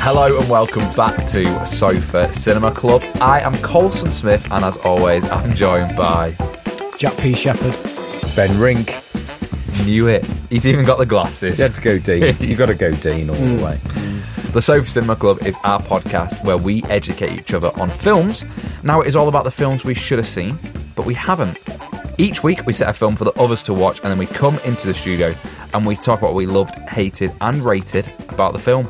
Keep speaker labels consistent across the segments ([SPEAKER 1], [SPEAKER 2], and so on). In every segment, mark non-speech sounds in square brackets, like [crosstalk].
[SPEAKER 1] Hello and welcome back to Sofa Cinema Club. I am Colson Smith, and as always, I'm joined by
[SPEAKER 2] Jack P. Shepherd.
[SPEAKER 3] Ben Rink.
[SPEAKER 1] Knew it. He's even got the glasses. Mm.
[SPEAKER 3] You had to go
[SPEAKER 1] [laughs]
[SPEAKER 3] Dean. you got to go Dean all the way.
[SPEAKER 1] The Sofa Cinema Club is our podcast where we educate each other on films. Now it is all about the films we should have seen, but we haven't. Each week we set a film for the others to watch, and then we come into the studio and we talk about what we loved, hated, and rated about the film.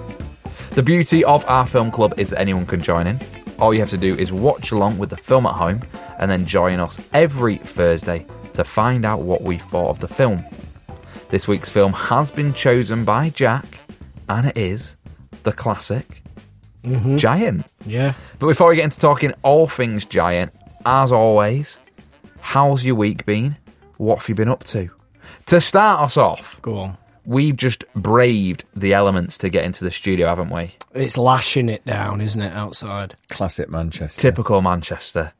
[SPEAKER 1] The beauty of our film club is that anyone can join in. All you have to do is watch along with the film at home and then join us every Thursday to find out what we thought of the film. This week's film has been chosen by Jack and it is the classic
[SPEAKER 3] Mm-hmm.
[SPEAKER 1] Giant.
[SPEAKER 2] Yeah.
[SPEAKER 1] But before we get into talking all things Giant, as always, how's your week been? What have you been up to? To start us off,
[SPEAKER 2] Go on.
[SPEAKER 1] we've just braved the elements to get into the studio, haven't we?
[SPEAKER 2] It's lashing it down, isn't it, outside?
[SPEAKER 3] Classic Manchester.
[SPEAKER 1] Typical Manchester.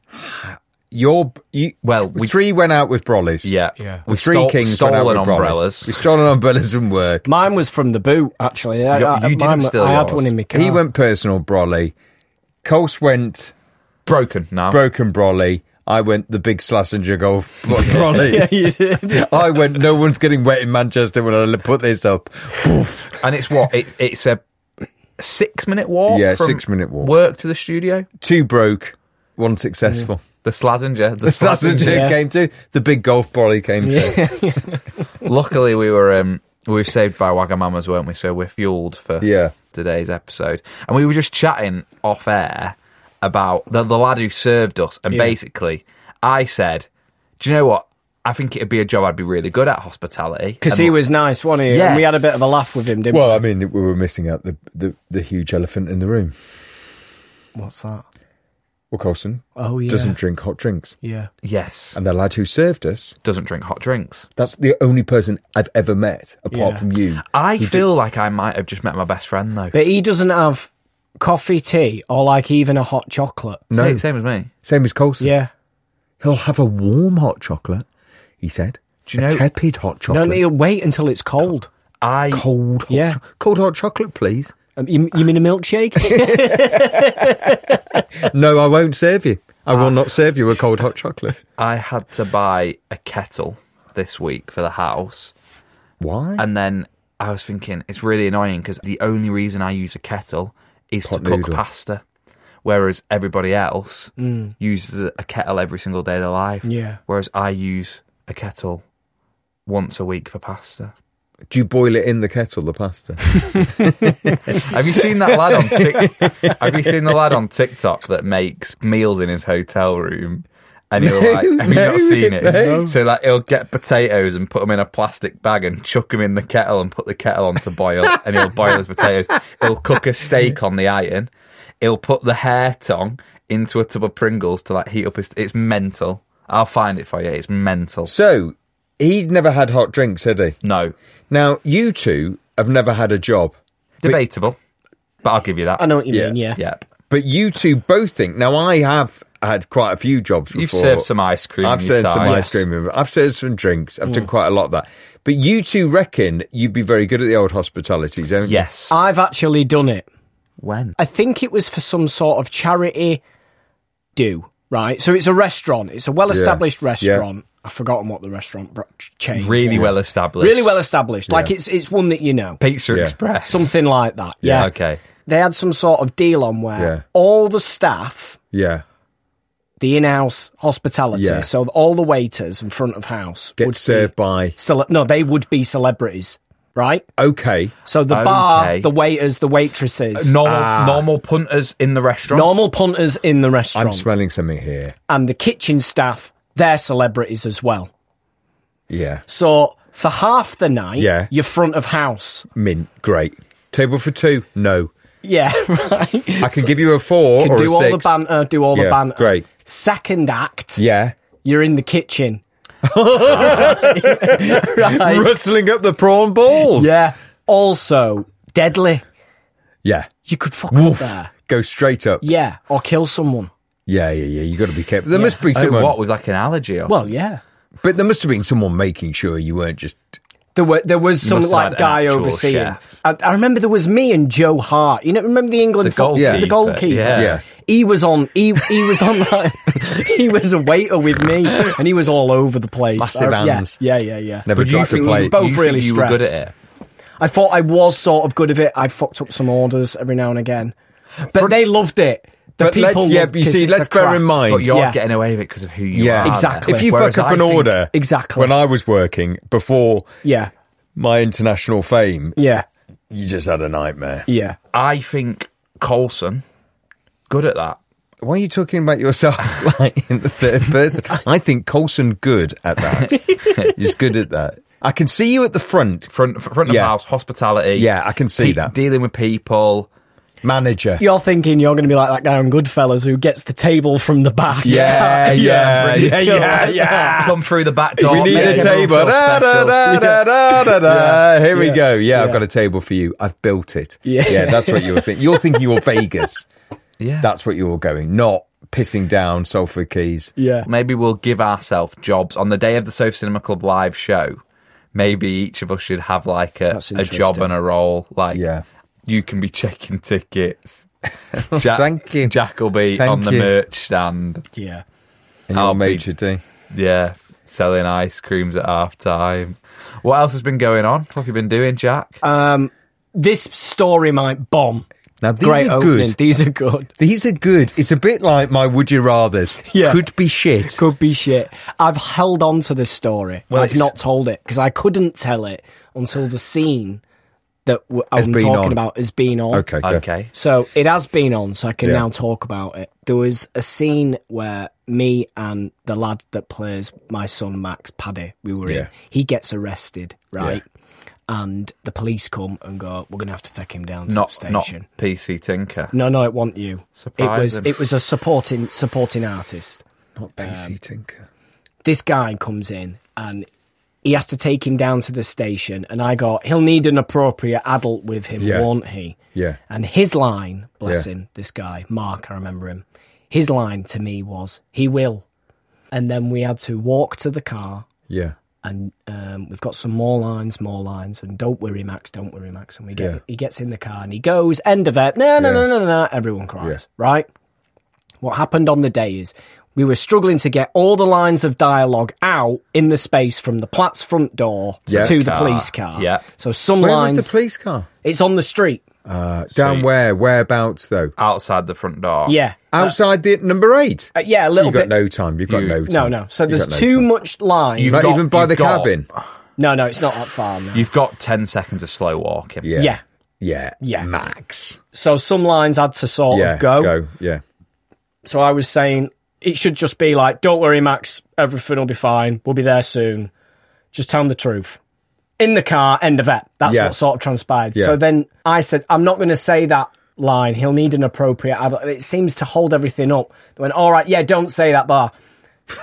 [SPEAKER 3] Your you,
[SPEAKER 1] Well, we-
[SPEAKER 3] three went out with brollies.
[SPEAKER 1] Yeah.
[SPEAKER 2] Yeah.
[SPEAKER 3] the
[SPEAKER 1] We've
[SPEAKER 3] three
[SPEAKER 1] stole-
[SPEAKER 3] kings went out
[SPEAKER 1] stolen
[SPEAKER 3] with
[SPEAKER 1] umbrellas.
[SPEAKER 3] Brollies. We stolen umbrellas from
[SPEAKER 1] [laughs]
[SPEAKER 3] work.
[SPEAKER 2] Mine was from the boot, actually. I,
[SPEAKER 1] You-
[SPEAKER 2] I-
[SPEAKER 1] you didn't
[SPEAKER 2] mine wa-
[SPEAKER 1] steal
[SPEAKER 2] I had
[SPEAKER 1] yours.
[SPEAKER 2] one in my car.
[SPEAKER 3] He went personal brolly. Coles went
[SPEAKER 1] Broken now.
[SPEAKER 3] broken brolly. I went the big Slassinger golf
[SPEAKER 1] [laughs]
[SPEAKER 3] brolly.
[SPEAKER 2] yeah, you did.
[SPEAKER 3] [laughs] I went. No one's getting wet in Manchester when I put this up. Poof.
[SPEAKER 1] and it's what? It, it's a six minute walk?
[SPEAKER 3] Yeah,
[SPEAKER 1] from
[SPEAKER 3] six-minute walk.
[SPEAKER 1] Work to the studio?
[SPEAKER 3] Two broke, one successful.
[SPEAKER 1] The Slazenger. The
[SPEAKER 3] [laughs] The Slassinger
[SPEAKER 2] Yeah.
[SPEAKER 3] came to. The big golf brolly came
[SPEAKER 1] [laughs]
[SPEAKER 3] to.
[SPEAKER 1] Luckily, we were um, we were saved by Wagamamas, weren't we? So we're fueled for
[SPEAKER 3] Yeah.
[SPEAKER 1] today's episode. And we were just chatting off air about the, the lad who served us. And basically, I said, Do you know what? I think it'd be a job I'd be really good at hospitality.
[SPEAKER 2] Because
[SPEAKER 1] And
[SPEAKER 2] he
[SPEAKER 1] look-
[SPEAKER 2] was nice, wasn't he?
[SPEAKER 1] Yeah.
[SPEAKER 2] And we had a bit of a laugh with him, didn't
[SPEAKER 3] Well, I mean, we were missing out the, the, the huge elephant in the room.
[SPEAKER 2] we? What's that?
[SPEAKER 3] Well, Colson
[SPEAKER 2] Oh, yeah.
[SPEAKER 3] doesn't drink hot drinks.
[SPEAKER 2] Yeah.
[SPEAKER 1] Yes.
[SPEAKER 3] And the lad who served us,
[SPEAKER 1] Doesn't drink hot drinks.
[SPEAKER 3] that's the only person I've ever met, apart
[SPEAKER 2] Yeah.
[SPEAKER 3] from you.
[SPEAKER 1] I feel like I might have just met my best friend, though.
[SPEAKER 2] But he doesn't have coffee, tea, or like even a hot chocolate.
[SPEAKER 1] Sa-
[SPEAKER 3] No.
[SPEAKER 1] Same, as me.
[SPEAKER 3] Same as Colson.
[SPEAKER 2] Yeah.
[SPEAKER 3] He'll have a warm hot chocolate, he said.
[SPEAKER 1] Do you
[SPEAKER 3] a
[SPEAKER 1] know-
[SPEAKER 3] tepid hot
[SPEAKER 2] No,
[SPEAKER 3] chocolate.
[SPEAKER 2] no, he'll wait until it's cold.
[SPEAKER 1] I
[SPEAKER 3] cold hot
[SPEAKER 2] Yeah.
[SPEAKER 3] cho- cold hot chocolate, please. [laughs]
[SPEAKER 2] Um, you, you mean a milkshake?
[SPEAKER 3] no, I won't serve you. I will not serve you a cold hot chocolate.
[SPEAKER 1] I had to buy a kettle this week for the house,
[SPEAKER 3] Why?
[SPEAKER 1] and then I was thinking it's really annoying because the only reason I use a kettle is
[SPEAKER 3] Pot
[SPEAKER 1] to cook
[SPEAKER 3] noodle. Mm.
[SPEAKER 1] pasta, whereas everybody else uses a kettle every single day of their life.
[SPEAKER 2] Yeah.
[SPEAKER 1] Whereas I use a kettle once a week for pasta.
[SPEAKER 3] Do you boil it in the kettle, the pasta? [laughs]
[SPEAKER 1] Have you seen that lad on Tik- Have you seen the lad on TikTok that makes meals in his hotel room? And he'll like, have you
[SPEAKER 3] no,
[SPEAKER 1] not seen it?
[SPEAKER 3] no.
[SPEAKER 1] So like, he'll get potatoes and put them in a plastic bag and chuck them in the kettle and put the kettle on to boil. and he'll boil his potatoes. He'll cook a steak on the iron. He'll put the hair tongue into a tub of Pringles to like heat up his. It's mental. I'll find it for you. It's mental.
[SPEAKER 3] so, he'd never had hot drinks, had he?
[SPEAKER 1] No,
[SPEAKER 3] Now, you two have never had a job.
[SPEAKER 1] debatable, but I'll give you that.
[SPEAKER 2] I know what you mean, yeah.
[SPEAKER 3] Yeah.
[SPEAKER 1] Yeah,
[SPEAKER 3] But you two both think. Now, I have had quite a few jobs before.
[SPEAKER 1] you've served some ice cream.
[SPEAKER 3] I've
[SPEAKER 1] in your
[SPEAKER 3] served some
[SPEAKER 1] time.
[SPEAKER 2] Mm.
[SPEAKER 3] ice cream. I've served some drinks. I've done quite a lot of that. But you two reckon you'd be very good at the old hospitality, don't you?
[SPEAKER 1] Yes.
[SPEAKER 2] I've actually done it.
[SPEAKER 1] when?
[SPEAKER 2] I think it was for some sort of charity do, right? So it's a restaurant. It's a well established
[SPEAKER 3] Yeah.
[SPEAKER 2] restaurant. I've forgotten what the restaurant br- chain
[SPEAKER 1] Really
[SPEAKER 2] was.
[SPEAKER 1] well established.
[SPEAKER 2] Really well established. Like it's it's one that you know.
[SPEAKER 1] Pizza
[SPEAKER 3] Yeah.
[SPEAKER 1] Express.
[SPEAKER 2] Something like that.
[SPEAKER 3] Yeah,
[SPEAKER 2] Yeah.
[SPEAKER 1] Okay.
[SPEAKER 2] They had some sort of deal on where
[SPEAKER 3] Yeah.
[SPEAKER 2] all the staff,
[SPEAKER 3] Yeah.
[SPEAKER 2] the in house hospitality,
[SPEAKER 3] Yeah.
[SPEAKER 2] so all the waiters and front of house
[SPEAKER 3] Get
[SPEAKER 2] would
[SPEAKER 3] served
[SPEAKER 2] be
[SPEAKER 3] by.
[SPEAKER 2] cele- no, they would be celebrities, right?
[SPEAKER 3] Okay.
[SPEAKER 2] So the bar,
[SPEAKER 1] Okay.
[SPEAKER 2] the waiters, the waitresses,
[SPEAKER 1] Normal,
[SPEAKER 3] Ah.
[SPEAKER 1] normal punters in the restaurant.
[SPEAKER 2] normal punters in the
[SPEAKER 3] I'm
[SPEAKER 2] restaurant,
[SPEAKER 3] smelling something here.
[SPEAKER 2] and the kitchen staff, they're celebrities as well.
[SPEAKER 3] Yeah.
[SPEAKER 2] So for half the night,
[SPEAKER 3] Yeah.
[SPEAKER 2] you're front of house.
[SPEAKER 3] Mint. Great. Table for two? No.
[SPEAKER 2] Yeah, [laughs] right.
[SPEAKER 3] I can give you a four
[SPEAKER 2] Can
[SPEAKER 3] or a
[SPEAKER 2] do all
[SPEAKER 3] six.
[SPEAKER 2] the banter, do all
[SPEAKER 3] Yeah,
[SPEAKER 2] the banter.
[SPEAKER 3] great.
[SPEAKER 2] Second act,
[SPEAKER 3] Yeah.
[SPEAKER 2] you're in the
[SPEAKER 3] [laughs]
[SPEAKER 2] kitchen.
[SPEAKER 3] Rustling up the prawn balls.
[SPEAKER 2] Also, deadly.
[SPEAKER 3] Yeah.
[SPEAKER 2] You could fuck
[SPEAKER 3] Woof.
[SPEAKER 2] up there.
[SPEAKER 3] Go straight up.
[SPEAKER 2] Yeah, or kill someone.
[SPEAKER 3] Yeah, yeah, yeah. You got to be careful. There must be
[SPEAKER 1] Oh,
[SPEAKER 3] someone,
[SPEAKER 1] what with like an allergy or
[SPEAKER 2] Well, yeah.
[SPEAKER 3] but there must have been someone making sure you weren't just.
[SPEAKER 2] There, were, there was some
[SPEAKER 1] must have had
[SPEAKER 2] like
[SPEAKER 1] an
[SPEAKER 2] guy
[SPEAKER 1] actual
[SPEAKER 2] overseeing.
[SPEAKER 1] chef.
[SPEAKER 2] And I remember there was me and Joe Hart. You know, remember the England
[SPEAKER 1] The
[SPEAKER 2] fo-
[SPEAKER 1] goalkeeper,
[SPEAKER 2] the goalkeeper.
[SPEAKER 1] yeah.
[SPEAKER 3] Yeah.
[SPEAKER 2] He was on. He he was on. [laughs] Like, he was a waiter with me, and he was all over the place.
[SPEAKER 3] Massive
[SPEAKER 2] I- yeah,
[SPEAKER 3] hands.
[SPEAKER 2] Yeah, yeah, yeah.
[SPEAKER 3] Never
[SPEAKER 1] But you
[SPEAKER 3] tried to
[SPEAKER 1] think
[SPEAKER 3] play.
[SPEAKER 1] you,
[SPEAKER 2] Both
[SPEAKER 1] you think
[SPEAKER 2] really
[SPEAKER 1] you were good
[SPEAKER 2] stressed.
[SPEAKER 1] at it.
[SPEAKER 2] I thought I was sort of good at it. I fucked up some orders every now and again, but they loved it. The
[SPEAKER 3] But
[SPEAKER 2] people.
[SPEAKER 3] let's, yeah,
[SPEAKER 2] loved
[SPEAKER 3] you
[SPEAKER 2] 'cause
[SPEAKER 3] see,
[SPEAKER 2] it's a
[SPEAKER 3] let's bear
[SPEAKER 2] crack.
[SPEAKER 3] in mind.
[SPEAKER 1] But you're
[SPEAKER 2] Yeah.
[SPEAKER 1] getting away with it because of who you
[SPEAKER 3] yeah,
[SPEAKER 1] are.
[SPEAKER 2] Exactly.
[SPEAKER 3] If you
[SPEAKER 1] Whereas
[SPEAKER 3] fuck up
[SPEAKER 1] I
[SPEAKER 3] an
[SPEAKER 1] think-
[SPEAKER 3] order,
[SPEAKER 2] Exactly.
[SPEAKER 3] When I was working before
[SPEAKER 2] Yeah,
[SPEAKER 3] my international fame,
[SPEAKER 2] yeah,
[SPEAKER 3] you just had a nightmare.
[SPEAKER 2] yeah.
[SPEAKER 1] I think Colson, good at that.
[SPEAKER 3] Why are you talking about yourself [laughs] like in the third person? I think Colson good at that.
[SPEAKER 2] [laughs]
[SPEAKER 3] He's good at that. I can see you at the front,
[SPEAKER 1] Front front of
[SPEAKER 3] Yeah.
[SPEAKER 1] house, hospitality.
[SPEAKER 3] Yeah, I can see that.
[SPEAKER 1] Dealing with people.
[SPEAKER 3] manager.
[SPEAKER 2] You're thinking you're going to be like that guy on Goodfellas who gets the table from the back. [laughs]
[SPEAKER 3] Yeah, yeah, yeah,
[SPEAKER 2] brilliant. [laughs]
[SPEAKER 3] yeah,
[SPEAKER 1] [laughs]
[SPEAKER 3] yeah.
[SPEAKER 1] Come through the back door.
[SPEAKER 3] we need
[SPEAKER 1] make
[SPEAKER 3] a
[SPEAKER 1] everyone
[SPEAKER 3] table.
[SPEAKER 1] feel
[SPEAKER 3] Da, da,
[SPEAKER 1] special.
[SPEAKER 3] da, da, da, da, da. Here we
[SPEAKER 2] Yeah.
[SPEAKER 3] go. Yeah, I've
[SPEAKER 2] Yeah.
[SPEAKER 3] got a table for you. I've built it.
[SPEAKER 2] Yeah.
[SPEAKER 3] that's what you're thinking. You're thinking
[SPEAKER 2] [laughs]
[SPEAKER 3] you're Vegas.
[SPEAKER 1] Yeah.
[SPEAKER 3] That's what you're going, not pissing down Salford Keys.
[SPEAKER 2] Yeah.
[SPEAKER 1] Maybe we'll give ourselves jobs on the day of the Sofa Cinema Club live show. Maybe each of us should have like a,
[SPEAKER 2] That's
[SPEAKER 1] a job
[SPEAKER 2] interesting.
[SPEAKER 1] and a role. Like,
[SPEAKER 3] Yeah.
[SPEAKER 1] you can be [laughs] checking
[SPEAKER 3] [laughs]
[SPEAKER 1] tickets. Jack,
[SPEAKER 3] Thank you.
[SPEAKER 1] Jack will be
[SPEAKER 3] Thank
[SPEAKER 1] on the
[SPEAKER 3] you.
[SPEAKER 1] merch stand.
[SPEAKER 2] Yeah.
[SPEAKER 3] And your
[SPEAKER 2] Oh,
[SPEAKER 1] I'll be-
[SPEAKER 3] major D.
[SPEAKER 1] Yeah, selling ice creams at half time. What else has been going on? What have you been doing, Jack?
[SPEAKER 2] Um, this story might bomb.
[SPEAKER 3] Now, these
[SPEAKER 2] Great
[SPEAKER 3] are
[SPEAKER 2] opening.
[SPEAKER 3] good.
[SPEAKER 2] These are good.
[SPEAKER 3] These are good. It's a bit like my would you rather's.
[SPEAKER 2] Yeah.
[SPEAKER 3] [laughs] Could be shit.
[SPEAKER 2] Could be shit. I've held on to this story.
[SPEAKER 3] Well,
[SPEAKER 2] I've
[SPEAKER 3] it's-
[SPEAKER 2] not told it because I couldn't tell it until the scene that w-
[SPEAKER 3] Has
[SPEAKER 2] I'm
[SPEAKER 3] been
[SPEAKER 2] talking
[SPEAKER 3] on.
[SPEAKER 2] about has been on.
[SPEAKER 3] Okay. go.
[SPEAKER 1] okay.
[SPEAKER 2] So it has been on, so I can
[SPEAKER 3] Yeah.
[SPEAKER 2] now talk about it. There was a scene where me and the lad that plays my son Max Paddy, we were
[SPEAKER 3] Yeah.
[SPEAKER 2] in, he gets arrested, right? And the police come and go, We're gonna have to take him down to the
[SPEAKER 1] Not,
[SPEAKER 2] station.
[SPEAKER 1] not PC Tinker.
[SPEAKER 2] No, no, it wasn't you.
[SPEAKER 1] Surprise
[SPEAKER 2] it was
[SPEAKER 1] him.
[SPEAKER 2] it was a supporting supporting artist.
[SPEAKER 3] Not
[SPEAKER 2] Um,
[SPEAKER 3] Basie Tinker.
[SPEAKER 2] This guy comes in and he has to take him down to the station, and I go, he'll need an appropriate adult with him,
[SPEAKER 3] Yeah.
[SPEAKER 2] won't he?
[SPEAKER 3] Yeah.
[SPEAKER 2] And his line, bless
[SPEAKER 3] Yeah.
[SPEAKER 2] him, this guy Mark, I remember him. His line to me was, "He will," and then we had to walk to the car,
[SPEAKER 3] Yeah.
[SPEAKER 2] and um, we've got some more lines, more lines, and don't worry, Max, don't worry, Max. And we get
[SPEAKER 3] Yeah.
[SPEAKER 2] he gets in the car and he goes, end of it. No, no,
[SPEAKER 3] Yeah.
[SPEAKER 2] no, no, no, no. Everyone cries, right? What happened on the day is we were struggling to get all the lines of dialogue out in the space from the Platt's front door
[SPEAKER 3] Yeah.
[SPEAKER 2] to the
[SPEAKER 1] Car.
[SPEAKER 2] police car.
[SPEAKER 1] Yeah.
[SPEAKER 2] So some
[SPEAKER 3] Where
[SPEAKER 2] lines.
[SPEAKER 3] was the police car?
[SPEAKER 2] it's on the street.
[SPEAKER 3] Uh, down
[SPEAKER 1] you-
[SPEAKER 3] where? Whereabouts, though?
[SPEAKER 1] Outside the front door.
[SPEAKER 2] Yeah.
[SPEAKER 3] Outside the number eight?
[SPEAKER 2] Uh, yeah, a little
[SPEAKER 3] You've got
[SPEAKER 2] bit.
[SPEAKER 3] no time. You've got
[SPEAKER 1] You-
[SPEAKER 3] no time.
[SPEAKER 2] no, no. So
[SPEAKER 3] You've
[SPEAKER 2] there's
[SPEAKER 3] got no
[SPEAKER 2] too
[SPEAKER 3] time.
[SPEAKER 2] much line.
[SPEAKER 1] You've
[SPEAKER 3] Not
[SPEAKER 1] got-
[SPEAKER 3] even by
[SPEAKER 1] you've
[SPEAKER 3] the
[SPEAKER 1] got-
[SPEAKER 3] cabin.
[SPEAKER 2] no, no, it's not that far. No.
[SPEAKER 1] You've got 10 seconds of slow walking.
[SPEAKER 3] Yeah.
[SPEAKER 2] Yeah.
[SPEAKER 3] Yeah.
[SPEAKER 2] Yeah.
[SPEAKER 3] Max.
[SPEAKER 2] So some lines had to sort
[SPEAKER 3] Yeah.
[SPEAKER 2] of go.
[SPEAKER 3] Yeah.
[SPEAKER 2] So I was saying it should just be like, don't worry, Max, everything will be fine. We'll be there soon. Just tell him the truth. In the car, end of it. That's
[SPEAKER 3] Yeah.
[SPEAKER 2] what sort of transpired.
[SPEAKER 3] Yeah.
[SPEAKER 2] So then I said, I'm not going to say that line. He'll need an appropriate adult. It seems to hold everything up. They went, all right, yeah, don't say that bar. [laughs]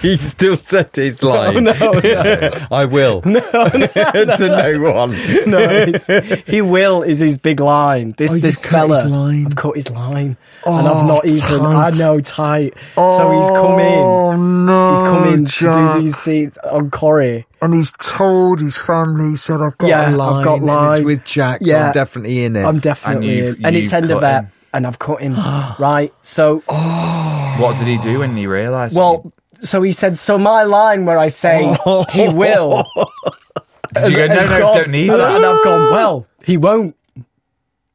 [SPEAKER 3] he still said his line. [laughs] I will. [laughs] to no one.
[SPEAKER 2] No, it's- he will is his big line. This
[SPEAKER 3] you've
[SPEAKER 2] this
[SPEAKER 3] Oh, cut
[SPEAKER 2] fella,
[SPEAKER 3] his line. Oh,
[SPEAKER 2] I've cut his line, and I've not even. I
[SPEAKER 3] tight. Oh,
[SPEAKER 2] know tight. so he's come in.
[SPEAKER 3] no.
[SPEAKER 2] He's come in to do these scenes on Corey.
[SPEAKER 4] and he's told his family, he said, I've got
[SPEAKER 2] Yeah,
[SPEAKER 4] a line.
[SPEAKER 2] I've got
[SPEAKER 4] and
[SPEAKER 2] line.
[SPEAKER 4] it's
[SPEAKER 3] It's with Jack, so
[SPEAKER 2] Yeah.
[SPEAKER 3] I'm definitely in it. [laughs]
[SPEAKER 2] I'm definitely
[SPEAKER 1] you've-
[SPEAKER 2] in. and it's
[SPEAKER 1] you've
[SPEAKER 2] end
[SPEAKER 1] cut
[SPEAKER 2] of that,
[SPEAKER 1] him.
[SPEAKER 2] and I've cut
[SPEAKER 3] [gasps]
[SPEAKER 2] him. right, so
[SPEAKER 1] What did he do when he realised?
[SPEAKER 2] well, so he said. So my line where I say
[SPEAKER 3] [laughs]
[SPEAKER 2] he will,
[SPEAKER 1] did you go, no,
[SPEAKER 2] has
[SPEAKER 1] no,
[SPEAKER 2] gone-
[SPEAKER 1] don't need
[SPEAKER 2] and,
[SPEAKER 1] that.
[SPEAKER 2] And I've gone. Well, he won't.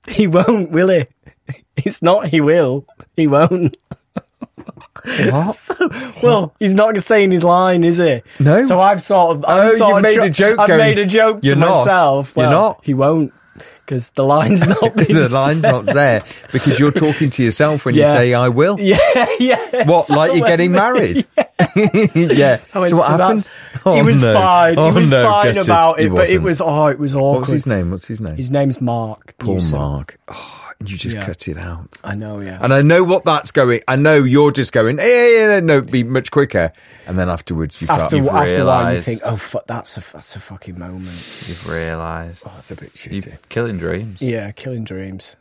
[SPEAKER 2] He won't, will he? [laughs] It's not. He will. He won't.
[SPEAKER 3] [laughs]
[SPEAKER 2] [laughs]
[SPEAKER 3] what?
[SPEAKER 2] Well, he's not saying his line, is he?
[SPEAKER 3] No.
[SPEAKER 2] So I've sort of. I've
[SPEAKER 3] Oh,
[SPEAKER 2] sort
[SPEAKER 3] you've
[SPEAKER 2] of
[SPEAKER 3] made
[SPEAKER 2] tr-
[SPEAKER 3] a joke
[SPEAKER 2] I've
[SPEAKER 3] going,
[SPEAKER 2] made a joke
[SPEAKER 3] "You're
[SPEAKER 2] to
[SPEAKER 3] not.
[SPEAKER 2] myself.
[SPEAKER 3] You're
[SPEAKER 2] Well,
[SPEAKER 3] not.
[SPEAKER 2] He won't because the
[SPEAKER 3] [laughs]
[SPEAKER 2] line's not. been
[SPEAKER 3] the line's
[SPEAKER 2] said.
[SPEAKER 3] not there because you're talking to yourself when you
[SPEAKER 2] Yeah.
[SPEAKER 3] say "I
[SPEAKER 2] [laughs]
[SPEAKER 3] will."
[SPEAKER 2] Yeah, yeah. [laughs]
[SPEAKER 3] What?
[SPEAKER 2] So
[SPEAKER 3] Like you're
[SPEAKER 2] when
[SPEAKER 3] getting
[SPEAKER 2] they- [laughs]
[SPEAKER 3] married? [laughs] yeah.
[SPEAKER 2] I went,
[SPEAKER 3] so what
[SPEAKER 2] "So that's-
[SPEAKER 3] happened? Oh,
[SPEAKER 2] he was
[SPEAKER 3] no.
[SPEAKER 2] fine.
[SPEAKER 3] Oh,
[SPEAKER 2] he was
[SPEAKER 3] no,
[SPEAKER 2] fine
[SPEAKER 3] get
[SPEAKER 2] about
[SPEAKER 3] He
[SPEAKER 2] it, but it
[SPEAKER 3] wasn't.
[SPEAKER 2] was oh, it was awkward.
[SPEAKER 3] What's his name? What's his name?
[SPEAKER 2] His name's Mark.
[SPEAKER 3] Paul
[SPEAKER 2] Newsom.
[SPEAKER 3] Mark. Oh, and you just
[SPEAKER 2] Yeah.
[SPEAKER 3] cut it out.
[SPEAKER 2] I know, yeah.
[SPEAKER 3] And I know what that's going. I know you're just going. Hey, yeah, yeah, no, be much quicker. And then afterwards, you
[SPEAKER 2] after
[SPEAKER 3] felt
[SPEAKER 1] You've
[SPEAKER 2] after a while, you
[SPEAKER 1] realised.
[SPEAKER 2] think, oh fuck, that's a that's a fucking moment.
[SPEAKER 1] You've realised.
[SPEAKER 3] that's Oh, a bit
[SPEAKER 1] You're
[SPEAKER 3] shitty.
[SPEAKER 1] killing dreams.
[SPEAKER 2] Yeah, killing dreams.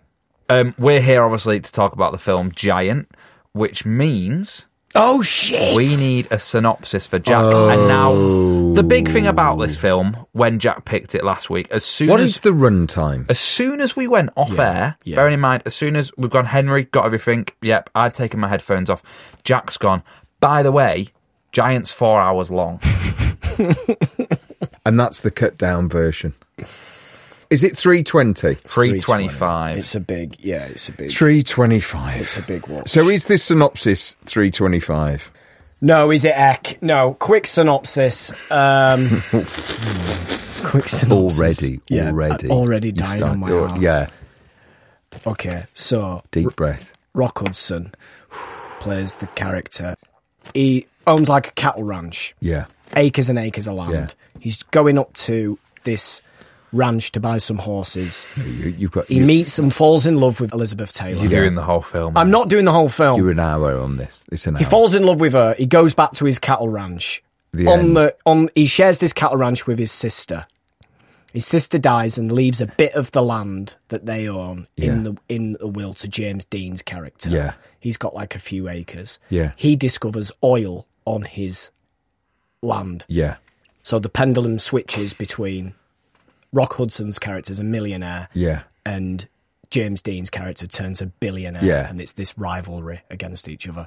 [SPEAKER 1] Um, we're here, obviously, to talk about the film Giant, which means
[SPEAKER 3] Oh shit!
[SPEAKER 1] we need a synopsis for Jack. And now, the big thing about this film, when Jack picked it last week, as soon
[SPEAKER 3] What
[SPEAKER 1] as
[SPEAKER 3] is the runtime?
[SPEAKER 1] as soon as we went off air, bearing in mind, as soon as we've gone, Henry got everything. Yep, I've taken my headphones off. Jack's gone. By the way, Giant's four hours long.
[SPEAKER 3] And that's the cut down version. Is it three twenty?
[SPEAKER 1] Three twenty-five.
[SPEAKER 2] It's a big, yeah, it's a big,
[SPEAKER 3] Three
[SPEAKER 2] it's a
[SPEAKER 3] twenty-five.
[SPEAKER 2] big one.
[SPEAKER 3] So is this synopsis three twenty-five?
[SPEAKER 2] No, is it Eck? No. Quick synopsis.
[SPEAKER 3] [laughs]
[SPEAKER 2] Um, quick synopsis.
[SPEAKER 3] Already,
[SPEAKER 2] Yeah,
[SPEAKER 3] already,
[SPEAKER 2] I already
[SPEAKER 3] you
[SPEAKER 2] died
[SPEAKER 3] start-
[SPEAKER 2] on my
[SPEAKER 3] you're-
[SPEAKER 2] arse.
[SPEAKER 3] Yeah,
[SPEAKER 2] Okay, so
[SPEAKER 3] deep breath.
[SPEAKER 2] Rock Hudson plays the character. He owns like a cattle ranch,
[SPEAKER 3] Yeah,
[SPEAKER 2] acres and acres of land. He's going up to this ranch to buy some horses.
[SPEAKER 3] you, you've got.
[SPEAKER 2] He
[SPEAKER 3] You,
[SPEAKER 2] meets and falls in love with Elizabeth Taylor.
[SPEAKER 1] You're doing the whole film.
[SPEAKER 2] I'm not doing the whole film.
[SPEAKER 3] you're an hour on this. It's an hour.
[SPEAKER 2] He falls in love with her. He goes back to his cattle ranch.
[SPEAKER 3] The
[SPEAKER 2] on
[SPEAKER 3] end.
[SPEAKER 2] the on he shares this cattle ranch with his sister. His sister dies and leaves a bit of the land that they own in
[SPEAKER 3] Yeah.
[SPEAKER 2] the in the will to James Dean's character.
[SPEAKER 3] Yeah.
[SPEAKER 2] He's got like a few acres.
[SPEAKER 3] Yeah.
[SPEAKER 2] He discovers oil on his land.
[SPEAKER 3] Yeah,
[SPEAKER 2] So the pendulum switches between Rock Hudson's character as a millionaire
[SPEAKER 3] yeah.
[SPEAKER 2] and James Dean's character turns a billionaire,
[SPEAKER 3] Yeah.
[SPEAKER 2] and it's this rivalry against each other.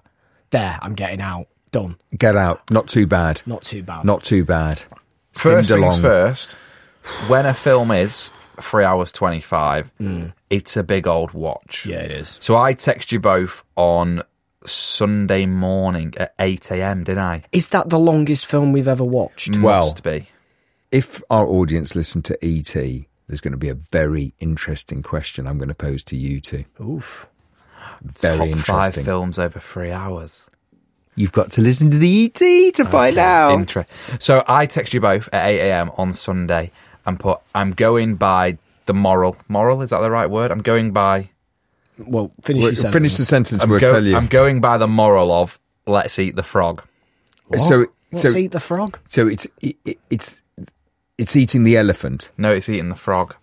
[SPEAKER 2] There, I'm getting out. Done.
[SPEAKER 3] Get out. Not too bad.
[SPEAKER 2] Not too bad.
[SPEAKER 3] Not too bad.
[SPEAKER 1] First
[SPEAKER 3] Skimmed
[SPEAKER 1] things
[SPEAKER 3] along.
[SPEAKER 1] first, when a film is three hours 25,
[SPEAKER 3] Mm.
[SPEAKER 1] it's a big old watch.
[SPEAKER 2] Yeah, it is.
[SPEAKER 1] So I text you both on Sunday morning at 8 a.m., didn't I?
[SPEAKER 2] Is that the longest film we've ever watched?
[SPEAKER 3] Well-
[SPEAKER 1] Must be.
[SPEAKER 3] If our audience listen to ET, there's going to be a very interesting question I'm going to pose to you two.
[SPEAKER 2] Oof.
[SPEAKER 3] Very
[SPEAKER 1] Top five
[SPEAKER 3] interesting.
[SPEAKER 1] films over three hours.
[SPEAKER 3] You've got to listen to the ET to find out.
[SPEAKER 1] Inter- so I text you both at 8 a.m. on Sunday and put, I'm going by the moral. Moral, is that the right word? I'm going by.
[SPEAKER 2] Well, finish
[SPEAKER 3] Well,
[SPEAKER 2] your sentence.
[SPEAKER 3] finish the sentence.
[SPEAKER 1] I'm,
[SPEAKER 3] We'll
[SPEAKER 1] go-
[SPEAKER 3] tell you.
[SPEAKER 1] I'm going by the moral of Let's Eat the Frog.
[SPEAKER 3] So,
[SPEAKER 2] What's
[SPEAKER 3] so,
[SPEAKER 2] Eat the Frog?
[SPEAKER 3] so it's it, it- it's it's eating the elephant.
[SPEAKER 1] No, it's eating the frog.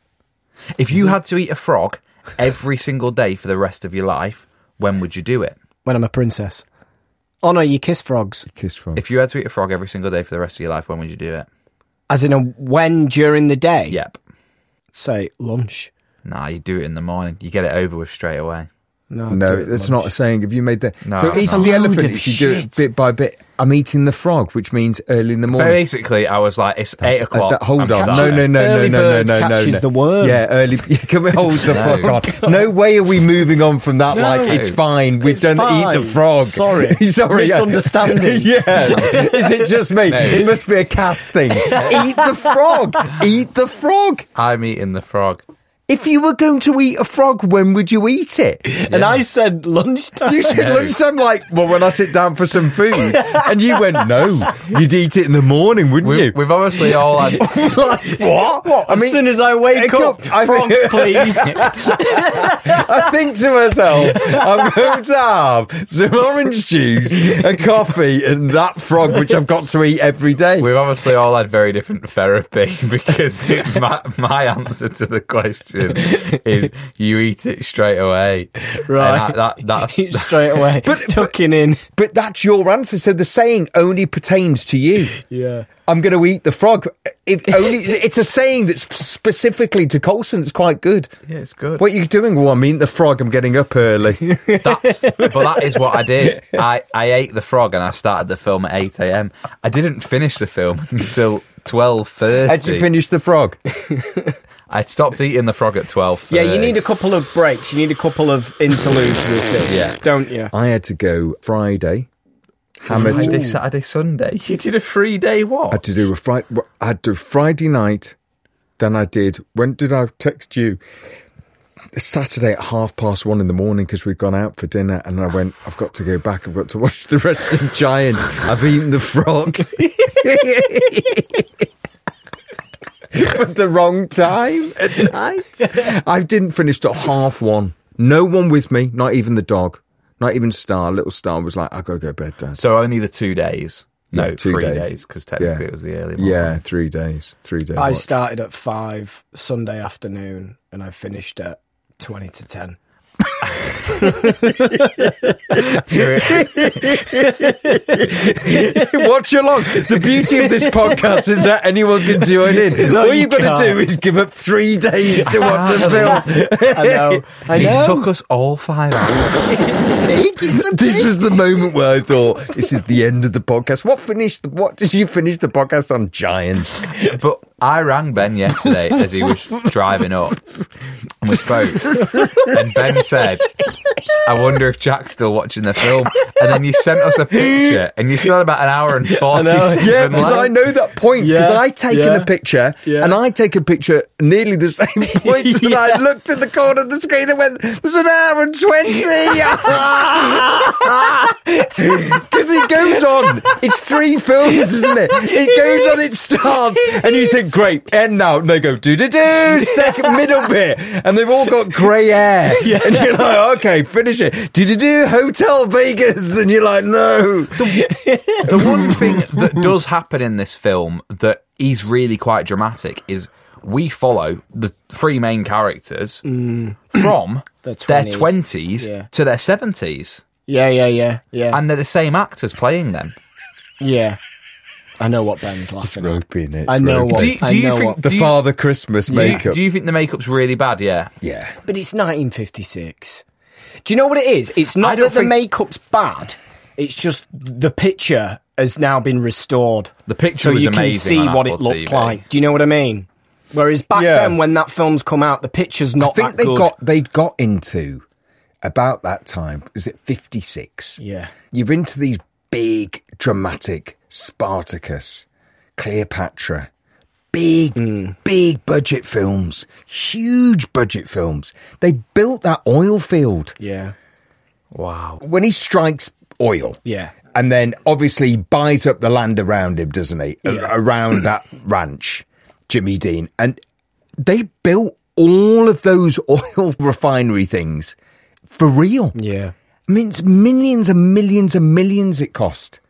[SPEAKER 1] If you had to eat a frog every single day for the rest of your life, when would you do it?
[SPEAKER 2] When I'm a princess. Oh no, you kiss frogs.
[SPEAKER 3] Kiss from.
[SPEAKER 1] If you had to eat a frog every single day for the rest of your life, when would you do it?
[SPEAKER 2] As in a when during the day?
[SPEAKER 1] Yep.
[SPEAKER 2] Say lunch.
[SPEAKER 1] Nah, you do it in the morning. You get it over with straight away.
[SPEAKER 2] No, I'd do
[SPEAKER 3] no,
[SPEAKER 2] it
[SPEAKER 3] that's
[SPEAKER 2] at lunch.
[SPEAKER 3] not a saying. Have you made that?
[SPEAKER 1] No,
[SPEAKER 3] so
[SPEAKER 1] that's
[SPEAKER 3] eating
[SPEAKER 1] not.
[SPEAKER 3] the
[SPEAKER 2] Load
[SPEAKER 3] elephant.
[SPEAKER 2] of
[SPEAKER 3] If you do it
[SPEAKER 2] shit.
[SPEAKER 3] bit by bit, I'm eating the frog, which means early in the
[SPEAKER 1] But
[SPEAKER 3] morning.
[SPEAKER 1] basically, I was like, it's eight o'clock.
[SPEAKER 3] Uh, that- hold
[SPEAKER 1] I'm
[SPEAKER 3] on. No,
[SPEAKER 1] starving.
[SPEAKER 3] no, no, no,
[SPEAKER 2] Early
[SPEAKER 3] no, no,
[SPEAKER 2] bird
[SPEAKER 3] no, no,
[SPEAKER 2] catches
[SPEAKER 3] no.
[SPEAKER 2] the worm.
[SPEAKER 3] Yeah, early. [laughs] Can we
[SPEAKER 2] [laughs]
[SPEAKER 3] hold the
[SPEAKER 1] No.
[SPEAKER 3] fuck on? No way are we moving on from that. Like, it's fine. We've
[SPEAKER 2] It's
[SPEAKER 3] done
[SPEAKER 2] fine.
[SPEAKER 3] eat the frog.
[SPEAKER 2] Sorry.
[SPEAKER 3] [laughs] Sorry. yeah.
[SPEAKER 2] Misunderstanding. [laughs]
[SPEAKER 3] [laughs] yeah. Is it just me? It must be a cast thing. eat the frog. Eat the frog.
[SPEAKER 1] I'm eating the frog.
[SPEAKER 3] If you were going to eat a frog, when would you eat it?
[SPEAKER 2] And I said lunchtime. [laughs]
[SPEAKER 3] You said lunchtime, like, well, when I sit down for some food. And you went, no, you'd eat it in the morning, wouldn't
[SPEAKER 1] We,
[SPEAKER 3] you?
[SPEAKER 1] we've obviously all had.
[SPEAKER 3] [laughs]
[SPEAKER 2] [laughs]
[SPEAKER 3] like, what? what? I
[SPEAKER 2] as soon as I wake
[SPEAKER 3] Hey,
[SPEAKER 2] up,
[SPEAKER 3] come- I-
[SPEAKER 2] frogs, please.
[SPEAKER 3] I think to myself, I'm going to have some orange juice, a coffee, and that frog which I've got to eat every day.
[SPEAKER 1] [laughs]
[SPEAKER 3] [laughs]
[SPEAKER 1] We've obviously all had very different therapy because my, my answer to the question suggestion is you eat it straight away. And
[SPEAKER 2] Right.
[SPEAKER 1] that, that,
[SPEAKER 3] [laughs]
[SPEAKER 1] that's,
[SPEAKER 2] [laughs] straight away.
[SPEAKER 3] But-
[SPEAKER 2] tucking in.
[SPEAKER 3] But that's your answer. So the saying only pertains to you.
[SPEAKER 2] Yeah.
[SPEAKER 3] I'm going to eat the frog. If only it's a saying that's specifically to Colson. It's quite good.
[SPEAKER 1] yeah, it's good.
[SPEAKER 3] What are you doing? Well, I'm eating the frog. I'm getting up
[SPEAKER 1] [laughs]
[SPEAKER 3] early.
[SPEAKER 1] That's, but that is what I did. I, I ate the frog and I started the film at 8 a.m. I didn't finish the film [laughs] until 12.30.
[SPEAKER 3] Had you finished the frog?
[SPEAKER 1] I stopped eating the frog at 12.
[SPEAKER 2] Yeah, you need a couple of breaks. You need a couple of interludes with this,
[SPEAKER 1] Yeah.
[SPEAKER 2] don't you?
[SPEAKER 3] I had to go Friday. Hammered.
[SPEAKER 1] Friday, Saturday, Sunday. You did a three day
[SPEAKER 3] I had
[SPEAKER 1] walk.
[SPEAKER 3] to do a Friday. I had to do Friday night. Then I did. When did I text you? Saturday at half past one in the morning because we'd gone out for dinner, and I went. I've got to go back. I've got to watch the rest of Giant. I've eaten the frog. [laughs] But the wrong time at night. I didn't finish at half one. No one with me. Not even the dog. Not even Star. Little Star was like, "I gotta go to bed, Dad."
[SPEAKER 1] So only the two days. No,
[SPEAKER 3] Yeah, two
[SPEAKER 1] three
[SPEAKER 3] days.
[SPEAKER 1] days because technically
[SPEAKER 3] Yeah.
[SPEAKER 1] it was the early morning.
[SPEAKER 3] Yeah, three days. Three days.
[SPEAKER 2] I started at five Sunday afternoon and I finished at 20 to 10.
[SPEAKER 3] [laughs] Watch along. The
[SPEAKER 2] [laughs]
[SPEAKER 3] beauty of this podcast is that anyone can join in.
[SPEAKER 2] No,
[SPEAKER 3] All
[SPEAKER 2] you
[SPEAKER 3] you've got to
[SPEAKER 2] can't.
[SPEAKER 3] do is give up three days to watch
[SPEAKER 2] [laughs]
[SPEAKER 3] a film.
[SPEAKER 2] [laughs] I know. I
[SPEAKER 1] He
[SPEAKER 2] know.
[SPEAKER 1] took us all five hours.
[SPEAKER 3] [laughs] this was the moment where I thought, this is the end of the podcast. What finished? What did you finish the podcast on? Giants.
[SPEAKER 1] But I rang Ben yesterday as he was driving up and we spoke. and Ben said, I wonder if Jack's still watching the film. And then you sent us a picture and you still had about an hour and 40
[SPEAKER 2] know.
[SPEAKER 1] seconds
[SPEAKER 3] Yeah, because I
[SPEAKER 1] left.
[SPEAKER 3] know that point. Because
[SPEAKER 2] Yeah,
[SPEAKER 3] I taken
[SPEAKER 2] yeah,
[SPEAKER 3] a picture
[SPEAKER 2] yeah.
[SPEAKER 3] and I take a picture nearly the
[SPEAKER 2] [laughs]
[SPEAKER 3] same point, and I looked at the corner of the screen and went, "There's an hour and 20 [laughs] Because it goes on. It's three films, isn't it? It goes on. It starts, and you think, "Great, end now." And they go, "Do do
[SPEAKER 2] [laughs]
[SPEAKER 3] do." Second middle bit, and they've all got grey hair, and you're like, "Okay, finish it." Do do do. Hotel Vegas, and you're like, "No."
[SPEAKER 1] the one thing that does happen in this film that is really quite dramatic is we follow the three main characters
[SPEAKER 3] Mm.
[SPEAKER 1] from
[SPEAKER 2] Their
[SPEAKER 1] their
[SPEAKER 2] 20s.
[SPEAKER 1] 20s
[SPEAKER 2] Yeah.
[SPEAKER 1] to their 70s.
[SPEAKER 2] Yeah, yeah, yeah, yeah.
[SPEAKER 1] And they're the same actors playing them.
[SPEAKER 2] yeah. I know what Ben's laughing at.
[SPEAKER 3] Roping it.
[SPEAKER 2] I know
[SPEAKER 3] roping
[SPEAKER 2] what.
[SPEAKER 1] Do you-
[SPEAKER 2] I
[SPEAKER 1] do you
[SPEAKER 2] know
[SPEAKER 1] think-
[SPEAKER 2] Oh, what-
[SPEAKER 3] the
[SPEAKER 1] Do you-
[SPEAKER 3] Father Christmas
[SPEAKER 1] Do you,
[SPEAKER 3] makeup.
[SPEAKER 1] do you think the makeup's really bad? Yeah.
[SPEAKER 3] yeah.
[SPEAKER 2] But it's 1956. Do you know what it is? It's
[SPEAKER 1] I
[SPEAKER 2] not
[SPEAKER 1] don't
[SPEAKER 2] that the
[SPEAKER 1] think-
[SPEAKER 2] makeup's bad. It's just the picture has now been restored.
[SPEAKER 1] The picture
[SPEAKER 2] so
[SPEAKER 1] was
[SPEAKER 2] you can
[SPEAKER 1] amazing
[SPEAKER 2] see
[SPEAKER 1] on
[SPEAKER 2] what it
[SPEAKER 1] Apple
[SPEAKER 2] looked
[SPEAKER 1] TV.
[SPEAKER 2] like. Do you know what I mean? Whereas back
[SPEAKER 3] Yeah.
[SPEAKER 2] then, when that film's come out, the picture's not
[SPEAKER 3] I think
[SPEAKER 2] that
[SPEAKER 3] they
[SPEAKER 2] good.
[SPEAKER 3] got they got into about that time. Is it fifty six?
[SPEAKER 2] Yeah.
[SPEAKER 3] You've been to these big dramatic Spartacus, Cleopatra, big
[SPEAKER 2] Hmm.
[SPEAKER 3] big budget films, huge budget films. They built that oil field
[SPEAKER 2] Yeah, Oh.
[SPEAKER 1] Wow.
[SPEAKER 3] when he strikes oil.
[SPEAKER 2] yeah,
[SPEAKER 3] and then obviously buys up the land around him, doesn't he? A- Around that ranch, Jimmy Dean, and they built all of those [laughs] oil refinery things for real.
[SPEAKER 2] yeah.
[SPEAKER 3] I mean, it's millions and millions and millions it cost.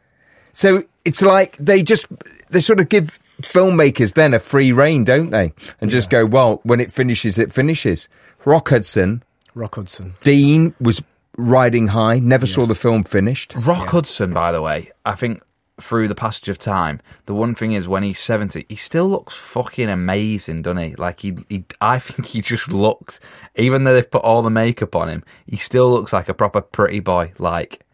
[SPEAKER 3] So it's like they just they sort of give filmmakers then a free rein, don't they? And just go, well, when it finishes, it finishes. Rock Hudson,
[SPEAKER 2] Rock Hudson.
[SPEAKER 3] Dean was riding high, never saw the film finished.
[SPEAKER 1] Rock Hudson, by the way, I think through the passage of time, the one thing is when he's 70, he still looks fucking amazing, doesn't he? Like, he, he I [laughs] think he just looks, even though they've put all the makeup on him, he still looks like a proper pretty boy. Like,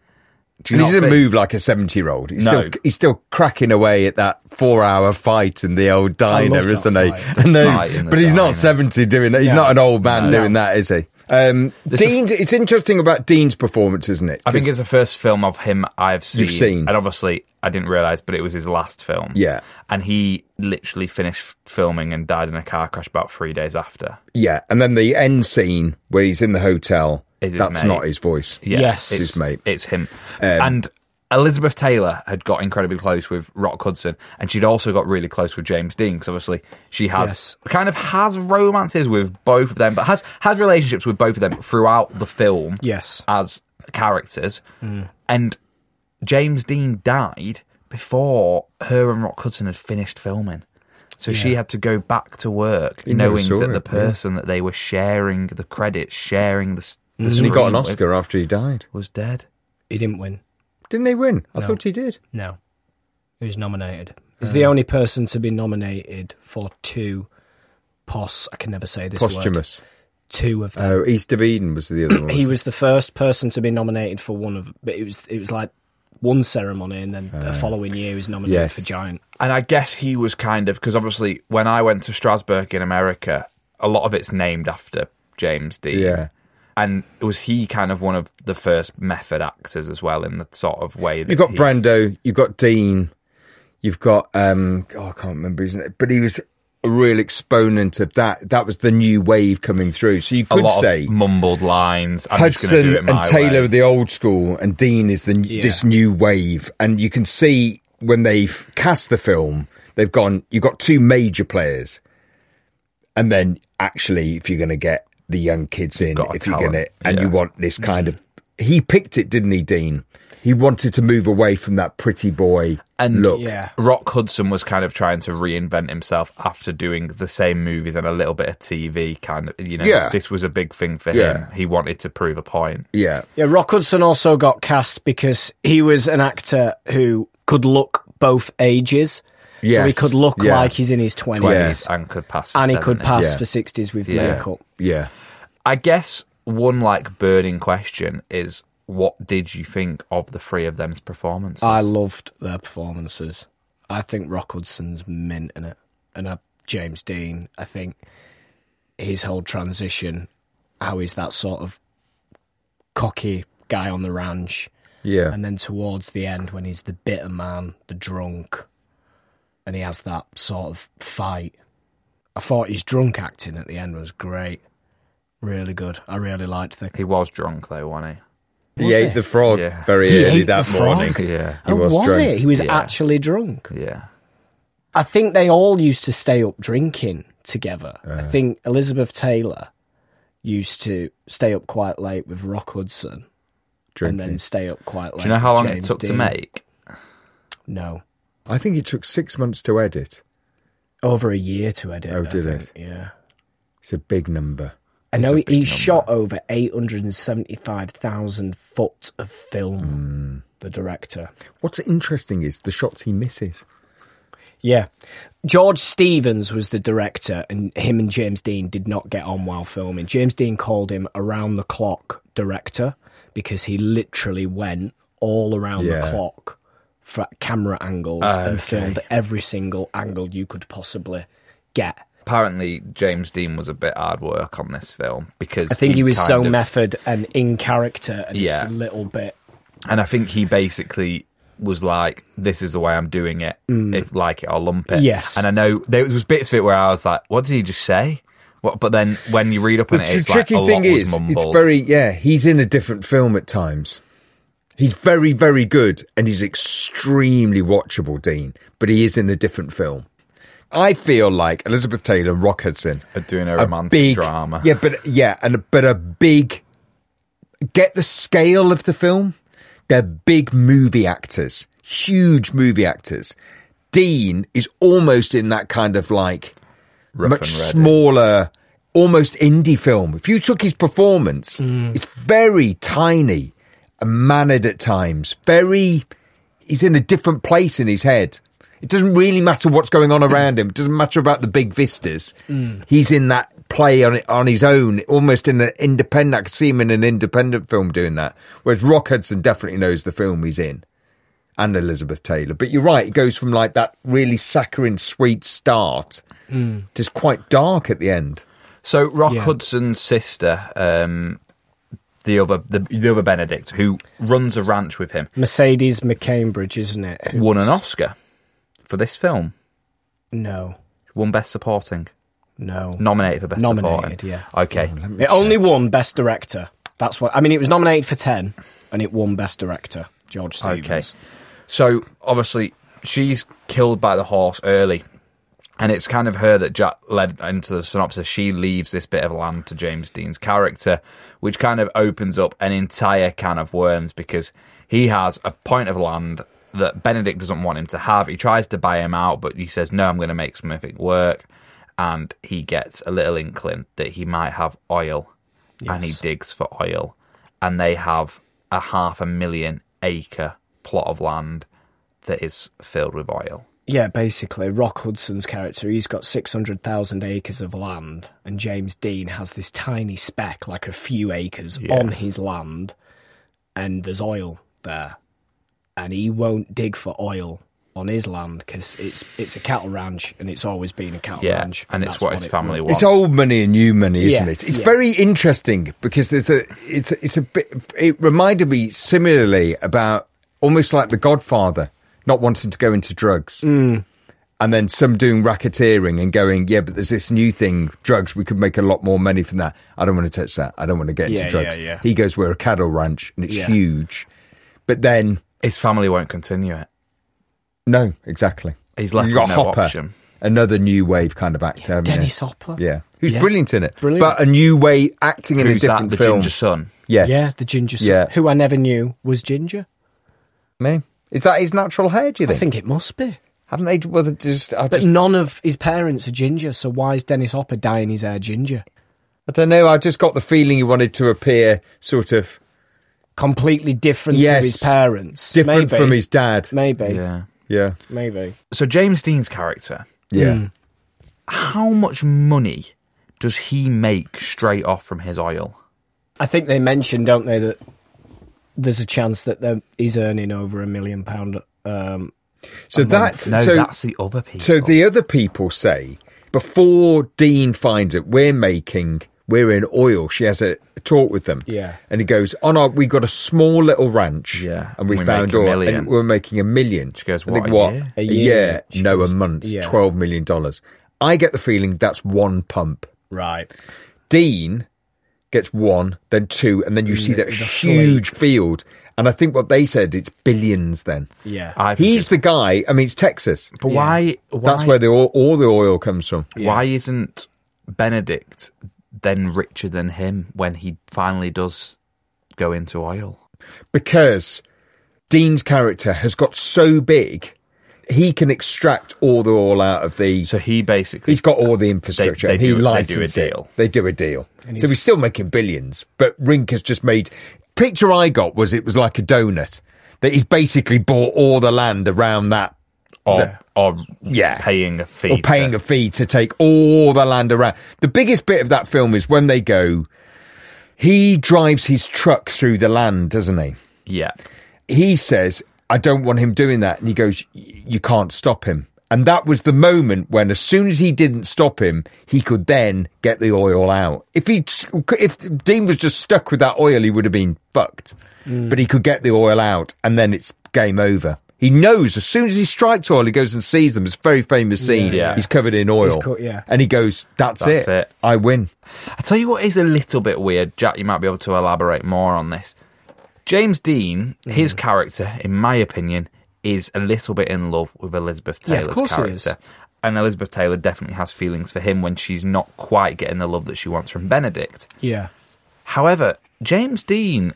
[SPEAKER 1] do you
[SPEAKER 3] And
[SPEAKER 1] not
[SPEAKER 3] he doesn't
[SPEAKER 1] think-
[SPEAKER 3] move like a 70 year old. He's,
[SPEAKER 1] No.
[SPEAKER 3] still, he's still cracking away at that four hour fight in the old diner,
[SPEAKER 2] love that
[SPEAKER 3] isn't he? [laughs]
[SPEAKER 2] fight.
[SPEAKER 3] And then-
[SPEAKER 1] fight in the
[SPEAKER 3] but he's
[SPEAKER 1] diner.
[SPEAKER 3] not 70 doing that. He's not an old man doing that, is he? Um, Dean's, it's interesting about Dean's performance, isn't it?
[SPEAKER 1] I think
[SPEAKER 3] 'Cause-
[SPEAKER 1] it's the first film of him I've seen.
[SPEAKER 3] You've seen.
[SPEAKER 1] And obviously, I didn't realise, but it was his last film.
[SPEAKER 3] Yeah.
[SPEAKER 1] And he literally finished filming and died in a car crash about three days after.
[SPEAKER 3] Yeah. And then the end scene where he's in the hotel,
[SPEAKER 1] Is his
[SPEAKER 3] that's
[SPEAKER 1] mate.
[SPEAKER 3] not his voice.
[SPEAKER 1] Yeah,
[SPEAKER 2] Yes.
[SPEAKER 1] it's,
[SPEAKER 3] His mate. Um,
[SPEAKER 1] It's him. and Elizabeth Taylor had got incredibly close with Rock Hudson, and she'd also got really close with James Dean because obviously she has kind of has romances with both of them, but has has relationships with both of them throughout the film.
[SPEAKER 2] Yes.
[SPEAKER 1] as characters, and James Dean died before her and Rock Hudson had finished filming. So she had to go back to work
[SPEAKER 3] He never
[SPEAKER 1] knowing
[SPEAKER 3] saw
[SPEAKER 1] that
[SPEAKER 3] it,
[SPEAKER 1] the
[SPEAKER 3] yeah.
[SPEAKER 1] person that they were sharing the credits, sharing the, s- the
[SPEAKER 3] And he got
[SPEAKER 1] screen
[SPEAKER 3] an
[SPEAKER 1] with
[SPEAKER 3] Oscar after he died.
[SPEAKER 1] was dead.
[SPEAKER 2] He didn't win.
[SPEAKER 3] Didn't he win? I
[SPEAKER 2] No.
[SPEAKER 3] thought he did.
[SPEAKER 2] No. He was nominated. He's
[SPEAKER 1] Hmm.
[SPEAKER 2] the only person to be nominated for two pos. I can never say this word.
[SPEAKER 3] Posthumous.
[SPEAKER 2] Two of them.
[SPEAKER 3] Oh, East of Eden was
[SPEAKER 1] [clears throat]
[SPEAKER 3] the other one.
[SPEAKER 2] he
[SPEAKER 3] wasn't
[SPEAKER 2] was the first person to be nominated for one of, but it was it was like one ceremony, and then the following year he was nominated
[SPEAKER 3] Uh, yes.
[SPEAKER 2] for Giant.
[SPEAKER 1] And I guess he was kind of because obviously when I went to Strasbourg in America, a lot of it's named after James
[SPEAKER 3] it?
[SPEAKER 1] Dean.
[SPEAKER 3] Yeah.
[SPEAKER 1] And was he kind of one of the first method actors as well in the sort of way that
[SPEAKER 3] You've got
[SPEAKER 1] he-
[SPEAKER 3] Brando, you've got Dean, you've got um oh, I can't remember his name, but he was a real exponent of that. That was the new wave coming through. So you
[SPEAKER 1] a
[SPEAKER 3] could
[SPEAKER 1] lot
[SPEAKER 3] say
[SPEAKER 1] of mumbled lines. I'm just gonna do it
[SPEAKER 3] Hudson
[SPEAKER 1] my
[SPEAKER 3] and Taylor
[SPEAKER 1] way.
[SPEAKER 3] are the old school, and Dean is the n this new wave. And you can see when they've cast the film, they've gone. You've got two major players, and then actually, if you're going to get the young kids in,
[SPEAKER 1] Got a
[SPEAKER 3] if you're going to,
[SPEAKER 1] talent,
[SPEAKER 3] and you
[SPEAKER 1] yeah.
[SPEAKER 3] want this kind of, he picked it, didn't he, Dean? He wanted to move away from that pretty boy
[SPEAKER 1] And-
[SPEAKER 3] look.
[SPEAKER 2] Yeah,
[SPEAKER 1] Rock Hudson was kind of trying to reinvent himself after doing the same movies and a little bit of TV. Kind of, you know,
[SPEAKER 3] Yeah.
[SPEAKER 1] this was a big thing for
[SPEAKER 3] Yeah.
[SPEAKER 1] him. He wanted to prove a point.
[SPEAKER 3] Yeah,
[SPEAKER 2] yeah. Rock Hudson also got cast because he was an actor who could look both ages, so he
[SPEAKER 3] Yes.
[SPEAKER 2] could look
[SPEAKER 3] Yeah.
[SPEAKER 2] like he's in his twenties,
[SPEAKER 3] Yes.
[SPEAKER 1] And could pass. For
[SPEAKER 2] and he could
[SPEAKER 1] 70.
[SPEAKER 2] pass
[SPEAKER 3] Yeah.
[SPEAKER 2] for sixties with
[SPEAKER 1] Yeah.
[SPEAKER 2] makeup.
[SPEAKER 3] yeah.
[SPEAKER 1] I guess one like burning question is what did you think of the three of them's performances?
[SPEAKER 2] I loved their performances. I think Rock Hudson's mint in it, and uh, James Dean. I think his whole transition, how he's that sort of cocky guy on the ranch,
[SPEAKER 3] Yeah.
[SPEAKER 2] and then towards the end when he's the bitter man, the drunk, and he has that sort of fight. I thought his drunk acting at the end was great, really good. I really liked the.
[SPEAKER 1] he was drunk though, wasn't
[SPEAKER 3] he ate the frog
[SPEAKER 1] Yeah.
[SPEAKER 3] very
[SPEAKER 2] He
[SPEAKER 3] early
[SPEAKER 2] ate the
[SPEAKER 3] that
[SPEAKER 2] frog?
[SPEAKER 3] morning.
[SPEAKER 1] he? [laughs] Yeah.
[SPEAKER 3] He
[SPEAKER 2] oh,
[SPEAKER 3] was
[SPEAKER 2] was,
[SPEAKER 3] drunk.
[SPEAKER 2] it? He was
[SPEAKER 1] Yeah.
[SPEAKER 2] actually drunk.
[SPEAKER 1] Yeah.
[SPEAKER 2] I think they all used to stay up drinking together. I think Elizabeth Taylor used to stay up quite late with Rock Hudson
[SPEAKER 3] Drinking.
[SPEAKER 2] and then stay up quite late.
[SPEAKER 1] Do you know how
[SPEAKER 2] with
[SPEAKER 1] long
[SPEAKER 2] James
[SPEAKER 1] it took to
[SPEAKER 2] Dean.
[SPEAKER 1] make?
[SPEAKER 2] No.
[SPEAKER 3] I think it took six months to edit.
[SPEAKER 2] Over a year to edit.
[SPEAKER 3] Oh,
[SPEAKER 2] I
[SPEAKER 3] did
[SPEAKER 2] think.
[SPEAKER 3] it?
[SPEAKER 2] Yeah.
[SPEAKER 3] It's a big number.
[SPEAKER 2] I know he, he shot over 875,000 foot of film,
[SPEAKER 3] Hmm.
[SPEAKER 2] the director.
[SPEAKER 3] What's interesting is the shots he misses.
[SPEAKER 2] Yeah. George Stevens was the director, and him and James Dean did not get on while filming. James Dean called him around the clock director because he literally went all around the
[SPEAKER 3] Yeah.
[SPEAKER 2] clock for camera angles
[SPEAKER 1] Ah,
[SPEAKER 2] and filmed every single angle you could possibly get.
[SPEAKER 1] Apparently, James Dean was a bit hard work on this film because
[SPEAKER 2] I think he, was
[SPEAKER 1] kind
[SPEAKER 2] so
[SPEAKER 1] of-
[SPEAKER 2] method and in character, and
[SPEAKER 1] Yeah.
[SPEAKER 2] it's a little bit.
[SPEAKER 1] and I think he basically was like, "This is the way I'm doing it. If like it, I'll lump it."
[SPEAKER 2] Yes.
[SPEAKER 1] And I know there was bits of it where I was like, "What did he just say?" What, but then when you read up on
[SPEAKER 3] the
[SPEAKER 1] it, it's
[SPEAKER 3] tricky
[SPEAKER 1] like a
[SPEAKER 3] thing
[SPEAKER 1] lot was
[SPEAKER 3] is, it's
[SPEAKER 1] mumbled.
[SPEAKER 3] very yeah. He's in a different film at times. He's very very good, and he's extremely watchable, Dean. But he is in a different film. I feel like Elizabeth Taylor and Rock Hudson
[SPEAKER 1] Are doing a romantic
[SPEAKER 3] big,
[SPEAKER 1] drama.
[SPEAKER 3] Yeah, but yeah, and but a big get the scale of the film. They're big movie actors, huge movie actors. Dean is almost in that kind of like
[SPEAKER 1] Rough
[SPEAKER 3] much
[SPEAKER 1] and ready.
[SPEAKER 3] smaller, almost indie film. If you took his performance,
[SPEAKER 1] Mm.
[SPEAKER 3] it's very tiny and mannered at times. Very, he's in a different place in his head. It doesn't really matter what's going on around him. It doesn't matter about the big vistas.
[SPEAKER 1] Mm.
[SPEAKER 3] He's in that play on on his own, almost in an independent. I could see him in an independent film doing that. Whereas Rock Hudson definitely knows the film he's in and Elizabeth Taylor. But you're right, it goes from like that really saccharine, sweet start to quite dark at the end.
[SPEAKER 1] So Rock Hudson's sister, um, the other the, the other Benedict, who runs a ranch with him,
[SPEAKER 2] Mercedes McCambridge, isn't it? Who-
[SPEAKER 1] won an Oscar for this film.
[SPEAKER 2] No,
[SPEAKER 1] Won Best Supporting,
[SPEAKER 2] no.
[SPEAKER 1] nominated for Best
[SPEAKER 2] Nominated,
[SPEAKER 1] Supporting.
[SPEAKER 2] yeah.
[SPEAKER 1] Okay.
[SPEAKER 2] It only won Best Director. That's what I mean. It was nominated for ten, and it won Best Director. George
[SPEAKER 1] Okay.
[SPEAKER 2] Stevens.
[SPEAKER 1] So obviously she's killed by the horse early. And it's kind of her that Jack led into the synopsis. She leaves this bit of land to James Dean's character, which kind of opens up an entire can of worms because he has a point of land that Benedict doesn't want him to have. He tries to buy him out, but he says, No, I'm going to make something work. And he gets a little inkling that he might have oil and he digs for oil. And they have a half a million acre plot of land that is filled with oil.
[SPEAKER 2] Yeah, basically, Rock Hudson's character, he's got 600,000 acres of land, and James Dean has this tiny speck, like a few acres, on his land, and there's oil there. And he won't dig for oil on his land because it's, it's a cattle ranch, and it's always been a cattle
[SPEAKER 1] Yeah.
[SPEAKER 2] ranch.
[SPEAKER 1] And it's
[SPEAKER 2] that's
[SPEAKER 1] what his
[SPEAKER 2] it
[SPEAKER 1] family
[SPEAKER 2] will-
[SPEAKER 1] wants.
[SPEAKER 3] It's old money and new money, isn't
[SPEAKER 2] Yeah,
[SPEAKER 3] it? It's
[SPEAKER 2] yeah.
[SPEAKER 3] very interesting because there's a it's it's a bit. It reminded me similarly about almost like The Godfather, not wanting to go into drugs, and then some doing racketeering and going, yeah, but there's this new thing, drugs. We could make a lot more money from that. I don't want to touch that. I don't want to get
[SPEAKER 2] Yeah,
[SPEAKER 3] into drugs.
[SPEAKER 2] yeah, yeah.
[SPEAKER 3] He goes, we're a cattle ranch and it's
[SPEAKER 2] Yeah.
[SPEAKER 3] huge, but then
[SPEAKER 1] His family won't continue it.
[SPEAKER 3] no, exactly.
[SPEAKER 1] He's left
[SPEAKER 3] You
[SPEAKER 1] with no option.
[SPEAKER 3] Another new wave kind of actor. haven't you?
[SPEAKER 2] Dennis Hopper.
[SPEAKER 3] Yeah, who's
[SPEAKER 2] Yeah.
[SPEAKER 3] brilliant in it.
[SPEAKER 2] Brilliant.
[SPEAKER 3] But a new way acting in
[SPEAKER 1] Who's
[SPEAKER 3] a
[SPEAKER 1] that?
[SPEAKER 3] different
[SPEAKER 1] The
[SPEAKER 3] film.
[SPEAKER 1] ginger son.
[SPEAKER 3] Yes.
[SPEAKER 2] Yeah, the ginger son,
[SPEAKER 3] Yeah.
[SPEAKER 2] who I never knew was ginger.
[SPEAKER 3] Man, is that his natural hair? Do you
[SPEAKER 2] I
[SPEAKER 3] think?
[SPEAKER 2] think it must be.
[SPEAKER 3] Haven't they? Well, they just I
[SPEAKER 2] But
[SPEAKER 3] just
[SPEAKER 2] none of his parents are ginger, so why is Dennis Hopper dyeing his hair ginger?
[SPEAKER 3] I don't know. I just got the feeling he wanted to appear sort of
[SPEAKER 2] Completely different
[SPEAKER 3] Yes.
[SPEAKER 2] to his parents.
[SPEAKER 3] different
[SPEAKER 2] Maybe.
[SPEAKER 3] from his dad.
[SPEAKER 2] Maybe.
[SPEAKER 1] Yeah.
[SPEAKER 3] Yeah,
[SPEAKER 2] Maybe.
[SPEAKER 1] So James Dean's character,
[SPEAKER 3] yeah.
[SPEAKER 1] how much money does he make straight off from his oil?
[SPEAKER 2] I think they mentioned, don't they, that there's a chance that they're- he's earning over a million pound. Um,
[SPEAKER 3] So that
[SPEAKER 1] No,
[SPEAKER 3] so
[SPEAKER 1] that's the other people.
[SPEAKER 3] so the other people say before Dean finds it, we're making. We're in oil. She has a talk with them.
[SPEAKER 2] Yeah.
[SPEAKER 3] And he goes, Oh, no, we got a small little ranch.
[SPEAKER 1] Yeah.
[SPEAKER 3] And we,
[SPEAKER 1] We make
[SPEAKER 3] found
[SPEAKER 1] a
[SPEAKER 3] oil.
[SPEAKER 1] million."
[SPEAKER 3] And we're making a million.
[SPEAKER 1] She goes,
[SPEAKER 3] I
[SPEAKER 1] "What,
[SPEAKER 3] think,
[SPEAKER 1] a
[SPEAKER 3] what?
[SPEAKER 1] year?"
[SPEAKER 3] A
[SPEAKER 2] A
[SPEAKER 3] year?
[SPEAKER 2] year.
[SPEAKER 3] No, a month.
[SPEAKER 2] yeah.
[SPEAKER 3] $12 million. I get the feeling that's one pump.
[SPEAKER 2] right.
[SPEAKER 3] Dean gets one, then two, and then you see that
[SPEAKER 2] the
[SPEAKER 3] huge field. And I think what they said, it's billions then.
[SPEAKER 2] Yeah.
[SPEAKER 1] I think
[SPEAKER 3] He's
[SPEAKER 1] it's-
[SPEAKER 3] the guy, I mean, it's Texas.
[SPEAKER 1] But why, why?
[SPEAKER 3] That's where the, all, all the oil comes from.
[SPEAKER 1] Why isn't Benedict then richer than him when he finally does go into oil?
[SPEAKER 3] Because Dean's character has got so big, he can extract all the oil out of the.
[SPEAKER 1] So he basically
[SPEAKER 3] He's got all the infrastructure.
[SPEAKER 1] they
[SPEAKER 3] and he
[SPEAKER 1] do- they do a
[SPEAKER 3] licenses it.
[SPEAKER 1] deal.
[SPEAKER 3] They do a deal. so he's still making billions, but Rink has just made. Picture I got was it was like a donut that he's basically bought all the land around that.
[SPEAKER 1] or, or
[SPEAKER 3] Yeah.
[SPEAKER 1] paying a fee
[SPEAKER 3] Or paying
[SPEAKER 1] to-
[SPEAKER 3] a fee to take all the land around. The biggest bit of that film is when they go. He drives his truck through the land, doesn't he?
[SPEAKER 1] yeah
[SPEAKER 3] he says, I don't want him doing that. And he goes, "Y- You can't stop him. And that was the moment when, as soon as he didn't stop him, he could then get the oil out. If he, if Dean was just stuck with that oil, he would have been fucked.
[SPEAKER 1] Mm.
[SPEAKER 3] But he could get the oil out, and then it's game over. He knows as soon as he strikes oil, he goes and sees them. It's a very famous scene.
[SPEAKER 1] Yeah.
[SPEAKER 3] He's covered in oil,
[SPEAKER 2] co- yeah.
[SPEAKER 3] and he goes, "That's,
[SPEAKER 1] That's
[SPEAKER 3] it.
[SPEAKER 1] it.
[SPEAKER 3] I win."
[SPEAKER 1] I tell you what is a little bit weird, Jack. You might be able to elaborate more on this. James Dean,
[SPEAKER 2] Mm-hmm.
[SPEAKER 1] his character, in my opinion, is a little bit in love with Elizabeth
[SPEAKER 2] Yeah, of
[SPEAKER 1] Taylor's
[SPEAKER 2] course he
[SPEAKER 1] character,
[SPEAKER 2] is.
[SPEAKER 1] and Elizabeth Taylor definitely has feelings for him when she's not quite getting the love that she wants from Benedict.
[SPEAKER 2] yeah.
[SPEAKER 1] However, James Dean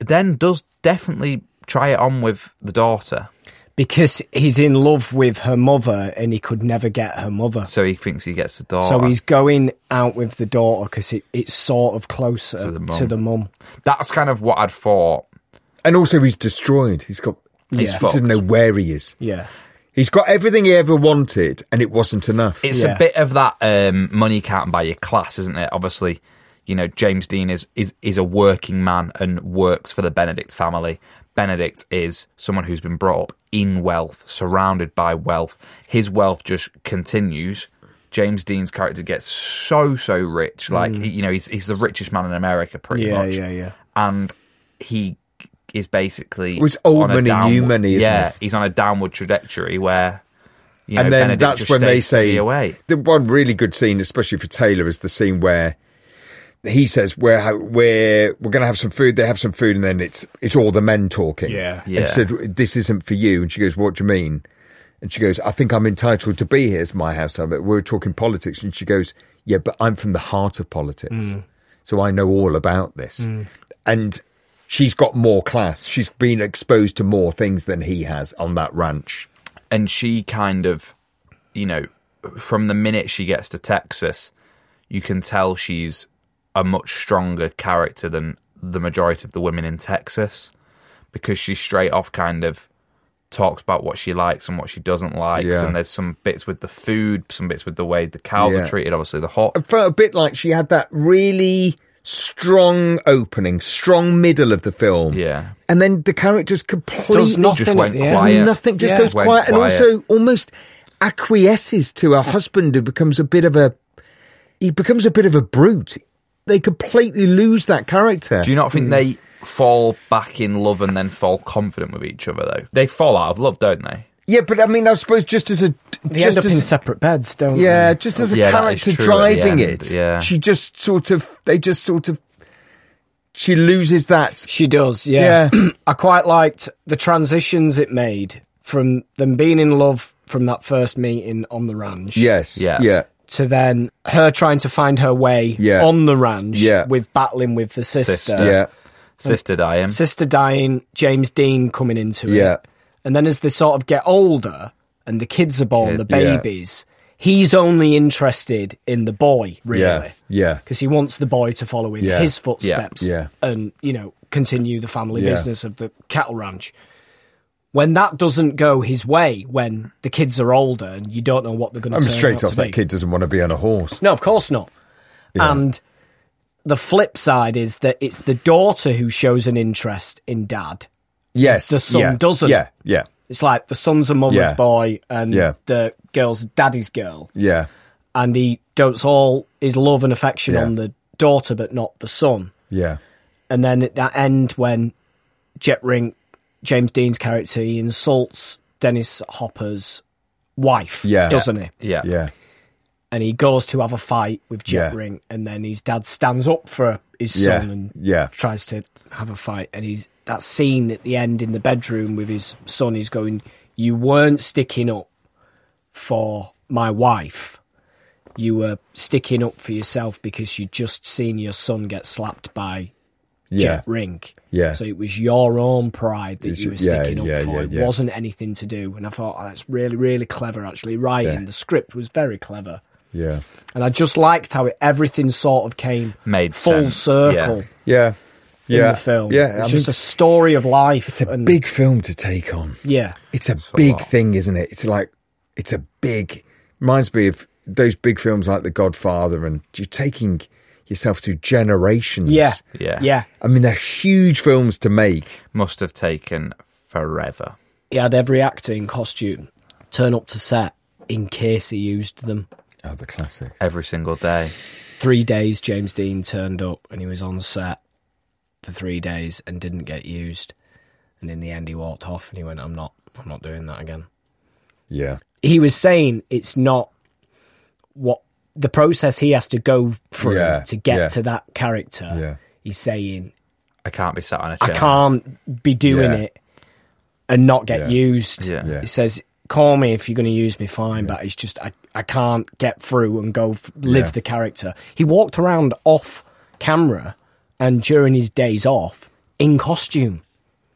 [SPEAKER 1] then does definitely try it on with the daughter,
[SPEAKER 2] Because he's in love with her mother and he could never get her mother.
[SPEAKER 1] so he thinks he gets the daughter.
[SPEAKER 2] So he's going out with the daughter because it, it's sort of closer
[SPEAKER 1] To the mum.
[SPEAKER 2] to the mum.
[SPEAKER 1] that's kind of what I'd thought.
[SPEAKER 3] And also, he's destroyed. He's got.
[SPEAKER 1] He's
[SPEAKER 3] he
[SPEAKER 1] fucked.
[SPEAKER 3] doesn't know where he is.
[SPEAKER 2] Yeah.
[SPEAKER 3] He's got everything he ever wanted, and it wasn't enough.
[SPEAKER 1] It's
[SPEAKER 2] Yeah.
[SPEAKER 1] a bit of that um, money can't buy your class, isn't it? Obviously, you know James Dean is is is a working man and works for the Benedict family. Benedict is someone who's been brought up in wealth, surrounded by wealth. His wealth just continues. James Dean's character gets so so rich, like
[SPEAKER 3] Mm.
[SPEAKER 1] he- you know he's he's the richest man in America, pretty
[SPEAKER 2] Yeah,
[SPEAKER 1] much.
[SPEAKER 2] yeah, yeah.
[SPEAKER 1] And he is basically
[SPEAKER 3] Well, it's
[SPEAKER 1] on
[SPEAKER 3] old
[SPEAKER 1] a
[SPEAKER 3] money, new
[SPEAKER 1] downward-
[SPEAKER 3] money, isn't
[SPEAKER 1] yeah,
[SPEAKER 3] it?
[SPEAKER 1] he's on a downward trajectory where. You know,
[SPEAKER 3] and then
[SPEAKER 1] Benedict
[SPEAKER 3] that's
[SPEAKER 1] just
[SPEAKER 3] when they
[SPEAKER 1] stays steady
[SPEAKER 3] say
[SPEAKER 1] away.
[SPEAKER 3] the one really good scene, especially for Taylor, is the scene where he says we're ha- we're we're going to have some food. They have some food, and then it's it's all the men talking.
[SPEAKER 2] Yeah.
[SPEAKER 3] And he
[SPEAKER 1] Yeah.
[SPEAKER 3] said this isn't for you, and she goes, "What do you mean?" And she goes, "I think I'm entitled to be here. It's my house. But we're talking politics." And she goes, "Yeah, but I'm from the heart of politics, so I know all about this." And She's got more class. She's been exposed to more things than he has on that ranch.
[SPEAKER 1] and she kind of, you know, from the minute she gets to Texas, you can tell she's a much stronger character than the majority of the women in Texas because she straight off kind of talks about what she likes and what she doesn't like.
[SPEAKER 3] Yeah.
[SPEAKER 1] And there's some bits with the food, some bits with the way the cows
[SPEAKER 3] Yeah.
[SPEAKER 1] are treated, obviously, the hot.
[SPEAKER 3] I felt a bit like she had that really strong opening, strong middle of the film.
[SPEAKER 1] Yeah.
[SPEAKER 3] And then the characters completely
[SPEAKER 2] Does nothing
[SPEAKER 1] just
[SPEAKER 2] at
[SPEAKER 1] went
[SPEAKER 2] the end.
[SPEAKER 3] does
[SPEAKER 1] quiet.
[SPEAKER 3] nothing, just
[SPEAKER 2] Yeah.
[SPEAKER 3] goes
[SPEAKER 1] Went
[SPEAKER 3] quiet, and
[SPEAKER 1] quiet.
[SPEAKER 3] also almost acquiesces to her husband, who becomes a bit of a he becomes a bit of a brute. They completely lose that character.
[SPEAKER 1] Do you not think they fall back in love and then fall confident with each other, though? They fall out of love, don't they?
[SPEAKER 3] yeah, but I mean, I suppose just as a
[SPEAKER 2] They end
[SPEAKER 3] just
[SPEAKER 2] up
[SPEAKER 3] as,
[SPEAKER 2] in separate beds, don't
[SPEAKER 3] yeah,
[SPEAKER 2] they?
[SPEAKER 3] just as a
[SPEAKER 1] Yeah, that is true
[SPEAKER 3] character
[SPEAKER 1] at the
[SPEAKER 3] driving
[SPEAKER 1] end,
[SPEAKER 3] it,
[SPEAKER 1] yeah.
[SPEAKER 3] she just sort of they just sort of she loses that
[SPEAKER 2] She does, yeah.
[SPEAKER 3] Yeah.
[SPEAKER 2] [clears throat] I quite liked the transitions it made from them being in love from that first meeting on the ranch.
[SPEAKER 3] yes
[SPEAKER 1] Yeah.
[SPEAKER 3] yeah
[SPEAKER 2] To then her trying to find her way
[SPEAKER 3] Yeah.
[SPEAKER 2] on the ranch
[SPEAKER 3] Yeah.
[SPEAKER 2] with battling with the sister.
[SPEAKER 1] Sister.
[SPEAKER 3] yeah
[SPEAKER 1] Sister Diane.
[SPEAKER 2] Sister dying, James Dean coming into it.
[SPEAKER 3] Yeah.
[SPEAKER 2] And then as they sort of get older and the kids are born,
[SPEAKER 1] Kid.
[SPEAKER 2] the
[SPEAKER 3] Yeah.
[SPEAKER 2] babies, he's only interested in the boy, really.
[SPEAKER 3] yeah yeah
[SPEAKER 2] because he wants the boy to follow in
[SPEAKER 3] Yeah.
[SPEAKER 2] his footsteps
[SPEAKER 3] Yeah.
[SPEAKER 2] and you know continue the family
[SPEAKER 3] Yeah.
[SPEAKER 2] business of the cattle ranch when that doesn't go his way when the kids are older and you don't know what they're going to
[SPEAKER 3] I'm
[SPEAKER 2] turn
[SPEAKER 3] straight
[SPEAKER 2] out
[SPEAKER 3] off
[SPEAKER 2] to
[SPEAKER 3] that
[SPEAKER 2] be.
[SPEAKER 3] kid doesn't want to be on a horse
[SPEAKER 2] no of course not and the flip side is that it's the daughter who shows an interest in dad
[SPEAKER 3] yes
[SPEAKER 2] The son
[SPEAKER 3] yeah,
[SPEAKER 2] doesn't.
[SPEAKER 3] yeah yeah
[SPEAKER 2] it's like the son's a mum's
[SPEAKER 3] Yeah.
[SPEAKER 2] boy and
[SPEAKER 3] Yeah.
[SPEAKER 2] the girl's daddy's girl
[SPEAKER 3] yeah
[SPEAKER 2] and he dotes all his love and affection
[SPEAKER 3] Yeah.
[SPEAKER 2] on the daughter but not the son
[SPEAKER 3] yeah
[SPEAKER 2] And then at that end, when Jet Rink, James Dean's character, he insults Dennis Hopper's wife,
[SPEAKER 3] Yeah.
[SPEAKER 2] doesn't he?
[SPEAKER 1] yeah.
[SPEAKER 3] yeah
[SPEAKER 2] And he goes to have a fight with Jet
[SPEAKER 3] Yeah.
[SPEAKER 2] Rink, and then his dad stands up for his
[SPEAKER 3] Yeah.
[SPEAKER 2] son and
[SPEAKER 3] Yeah.
[SPEAKER 2] tries to have a fight. And he's that scene at the end in the bedroom with his son is going, You weren't sticking up for my wife. You were sticking up for yourself because you'd just seen your son get slapped by
[SPEAKER 3] yeah
[SPEAKER 2] jet rink.
[SPEAKER 3] Yeah.
[SPEAKER 2] So it was your own pride that
[SPEAKER 3] It's-
[SPEAKER 2] you were
[SPEAKER 3] yeah,
[SPEAKER 2] sticking
[SPEAKER 3] yeah,
[SPEAKER 2] up for.
[SPEAKER 3] yeah,
[SPEAKER 2] it
[SPEAKER 3] yeah.
[SPEAKER 2] wasn't anything to do. And I thought, oh, that's really, really clever actually writing.
[SPEAKER 3] Yeah.
[SPEAKER 2] The script was very clever.
[SPEAKER 3] yeah
[SPEAKER 2] And I just liked how it, everything sort of came
[SPEAKER 1] Made
[SPEAKER 2] full
[SPEAKER 1] sense,
[SPEAKER 2] circle
[SPEAKER 1] yeah.
[SPEAKER 3] yeah
[SPEAKER 2] in
[SPEAKER 3] yeah
[SPEAKER 2] the film.
[SPEAKER 3] yeah
[SPEAKER 2] it's
[SPEAKER 3] I
[SPEAKER 2] just
[SPEAKER 3] mean,
[SPEAKER 2] a story of life.
[SPEAKER 3] it's a
[SPEAKER 2] and-
[SPEAKER 3] big film to take on
[SPEAKER 2] yeah.
[SPEAKER 3] It's a
[SPEAKER 1] a
[SPEAKER 3] big
[SPEAKER 1] lot.
[SPEAKER 3] thing, isn't it? It's like it's a big reminds me of those big films like The Godfather, and you're taking yourself through generations.
[SPEAKER 2] Yeah.
[SPEAKER 1] Yeah.
[SPEAKER 2] Yeah.
[SPEAKER 3] I mean, they're huge films to make.
[SPEAKER 1] Must have taken forever.
[SPEAKER 2] He had every actor in costume turn up to set in case he used them.
[SPEAKER 3] Oh, the classic.
[SPEAKER 1] every single day.
[SPEAKER 2] three days James Dean turned up and he was on set for three days and didn't get used. And in the end he walked off and he went, I'm not I'm not doing that again.
[SPEAKER 3] Yeah,
[SPEAKER 2] He was saying it's not what the process he has to go through
[SPEAKER 3] Yeah,
[SPEAKER 2] to get
[SPEAKER 3] yeah.
[SPEAKER 2] to that character.
[SPEAKER 3] Yeah.
[SPEAKER 2] He's saying,
[SPEAKER 1] I can't be sat on a
[SPEAKER 2] I
[SPEAKER 1] chair.
[SPEAKER 2] can't be doing
[SPEAKER 3] Yeah.
[SPEAKER 2] it and not get
[SPEAKER 3] Yeah.
[SPEAKER 2] used.
[SPEAKER 1] Yeah.
[SPEAKER 3] Yeah.
[SPEAKER 2] He says, call me if you're going to use me, fine, but it's just, I, I can't get through and go f- live
[SPEAKER 3] Yeah.
[SPEAKER 2] the character. He walked around off camera and during his days off in costume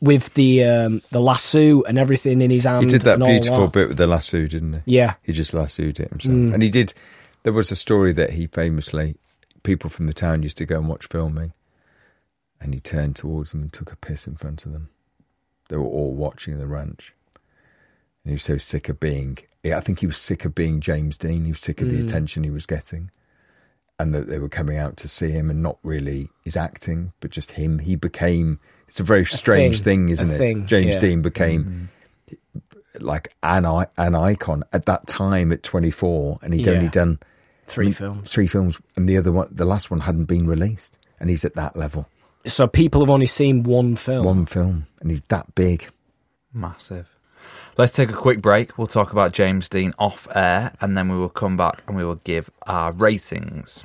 [SPEAKER 2] with the um, the lasso and everything in his hand.
[SPEAKER 3] he did that
[SPEAKER 2] and all
[SPEAKER 3] beautiful
[SPEAKER 2] that.
[SPEAKER 3] bit with the lasso, didn't he?
[SPEAKER 2] Yeah. Mm.
[SPEAKER 3] he just lassoed it himself, and he did. There was a story that he famously, people from the town used to go and watch filming, and he turned towards them and took a piss in front of them. They were all watching the ranch. And he was so sick of being, yeah, I think he was sick of being James Dean. He was sick
[SPEAKER 2] Mm.
[SPEAKER 3] of the attention he was getting. And that they were coming out to see him and not really his acting, but just him. He became, it's a very strange
[SPEAKER 2] thing,
[SPEAKER 3] thing,
[SPEAKER 2] a
[SPEAKER 3] isn't it?
[SPEAKER 2] thing,
[SPEAKER 3] James
[SPEAKER 2] yeah. Mm.
[SPEAKER 3] Dean became like an, i- an icon at that time at 24. And he'd
[SPEAKER 2] Yeah.
[SPEAKER 3] only done Mm.
[SPEAKER 2] Three films.
[SPEAKER 3] three films, and the other one, the last one, hadn't been released. And he's at that level.
[SPEAKER 2] So people have only seen one film.
[SPEAKER 3] One film, and he's that big.
[SPEAKER 1] Massive. Let's take a quick break. We'll talk about James Dean off air and then we will come back and we will give our ratings.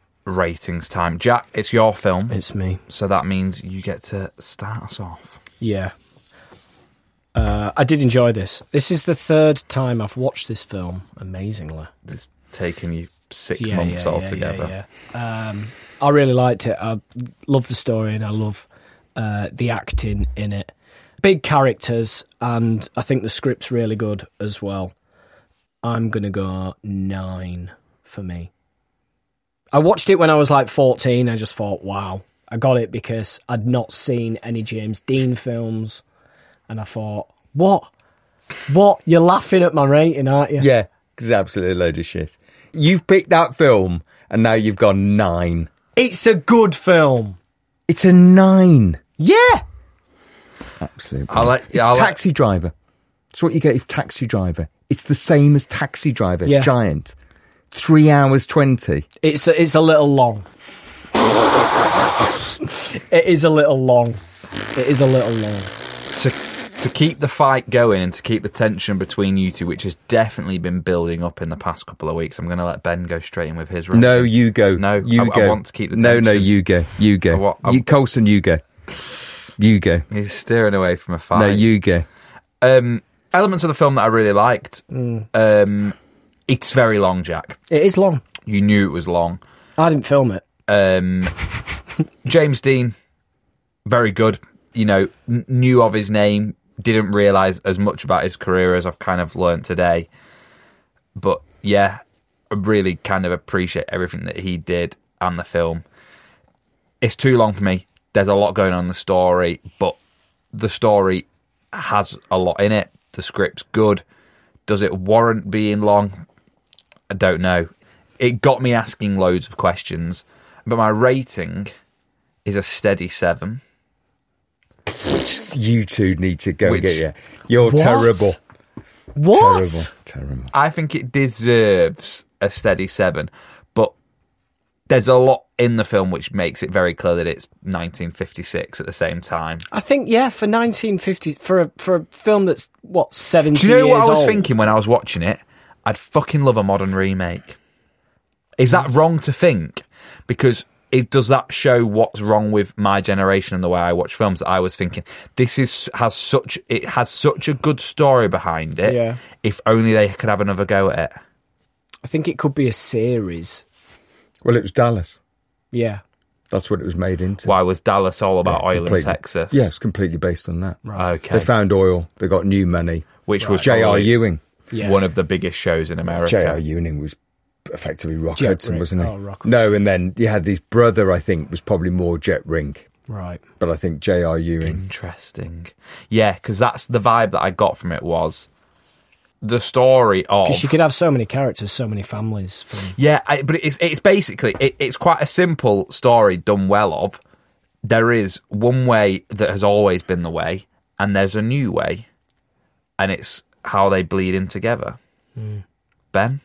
[SPEAKER 1] ratings time. Jack, it's your film,
[SPEAKER 2] It's me.
[SPEAKER 1] so that means you get to start us off.
[SPEAKER 2] Yeah. Uh, I did enjoy this. This is the third time I've watched this film, amazingly.
[SPEAKER 1] It's taken you six months altogether.
[SPEAKER 2] yeah. Um, I really liked it. I love the story and I love uh, the acting in it. Big characters, and I think the script's really good as well. I'm going to go nine for me. I watched it when I was like 14. I just thought, wow, I got it because I'd not seen any James Dean films. And I thought, what? What? You're laughing at my rating, aren't you?
[SPEAKER 3] Yeah, because it's absolutely a load of shit. You've picked that film, and now you've gone nine.
[SPEAKER 2] It's a good film.
[SPEAKER 3] It's a nine.
[SPEAKER 2] Yeah.
[SPEAKER 3] Absolutely.
[SPEAKER 1] I like-
[SPEAKER 3] It's
[SPEAKER 1] yeah, I like-
[SPEAKER 3] Taxi Driver. It's what you get with Taxi Driver. It's the same as Taxi Driver.
[SPEAKER 2] Yeah.
[SPEAKER 3] Giant. Three hours twenty.
[SPEAKER 2] It's a, it's a little long. it is a little long. It is a little long.
[SPEAKER 1] to to keep the fight going and to keep the tension between you two, which has definitely been building up in the past couple of weeks. I'm going to let Ben go straight in with his. rating.
[SPEAKER 3] No, you go.
[SPEAKER 1] No,
[SPEAKER 3] you
[SPEAKER 1] I,
[SPEAKER 3] go.
[SPEAKER 1] I want to keep the.
[SPEAKER 3] No,
[SPEAKER 1] tension.
[SPEAKER 3] no, you go. You go.
[SPEAKER 1] I wa- I-
[SPEAKER 3] you, Colson, you go. You go.
[SPEAKER 1] He's steering away from a fight.
[SPEAKER 3] No, you go.
[SPEAKER 1] Um, elements of the film that I really liked. Um, it's very long, Jack.
[SPEAKER 2] It is long.
[SPEAKER 1] You knew it was long.
[SPEAKER 2] I didn't film it.
[SPEAKER 1] Um, James Dean, very good. You know, n- knew of his name, didn't realise as much about his career as I've kind of learned today. But yeah, I really kind of appreciate everything that he did and the film. It's too long for me. There's a lot going on in the story, but the story has a lot in it. The script's good. Does it warrant being long? I don't know. It got me asking loads of questions, but my rating is a steady seven.
[SPEAKER 3] You two need to go
[SPEAKER 1] Which-
[SPEAKER 3] and get yeah. You're
[SPEAKER 2] What?
[SPEAKER 3] terrible.
[SPEAKER 2] What?
[SPEAKER 3] Terrible. Terrible.
[SPEAKER 1] I think it deserves a steady seven, but there's a lot in the film which makes it very clear that it's 1956 at the same time.
[SPEAKER 2] I think yeah, for 1950 for a for a film that's what 70
[SPEAKER 1] Do you know what
[SPEAKER 2] years
[SPEAKER 1] I was
[SPEAKER 2] old?
[SPEAKER 1] thinking when I was watching it? I'd fucking love a modern remake. Is that wrong to think? Because is, does that show what's wrong with my generation and the way I watch films? That I was thinking this is has such it has such a good story behind it.
[SPEAKER 2] Yeah.
[SPEAKER 1] If only they could have another go at it.
[SPEAKER 2] I think it could be a series.
[SPEAKER 3] Well, it was Dallas.
[SPEAKER 2] Yeah.
[SPEAKER 3] That's what it was made into.
[SPEAKER 1] Why was Dallas all about oil in
[SPEAKER 3] Completely-
[SPEAKER 1] Texas?
[SPEAKER 3] Yeah, it's completely based on that.
[SPEAKER 1] Okay.
[SPEAKER 3] They found oil. They got new money.
[SPEAKER 1] Which was
[SPEAKER 3] J.R.
[SPEAKER 1] probably
[SPEAKER 3] Ewing.
[SPEAKER 2] Yeah.
[SPEAKER 1] one of the biggest shows in America.
[SPEAKER 3] J.R. Ewing was effectively Rock
[SPEAKER 2] Jet
[SPEAKER 3] Hudson,
[SPEAKER 2] Ring.
[SPEAKER 3] wasn't he?
[SPEAKER 2] Oh, Rock
[SPEAKER 3] no, and then you had his brother. I think was probably more Jet Rink,
[SPEAKER 2] Right.
[SPEAKER 3] but I think J.R. Ewing.
[SPEAKER 1] Interesting. Yeah, because that's the vibe that I got from it was the story of
[SPEAKER 2] Because you could have so many characters, so many families. From...
[SPEAKER 1] Yeah, I, but it's it's basically it, it's quite a simple story done well. Of there is one way that has always been the way, and there's a new way, and it's how they bleed in together. Ben,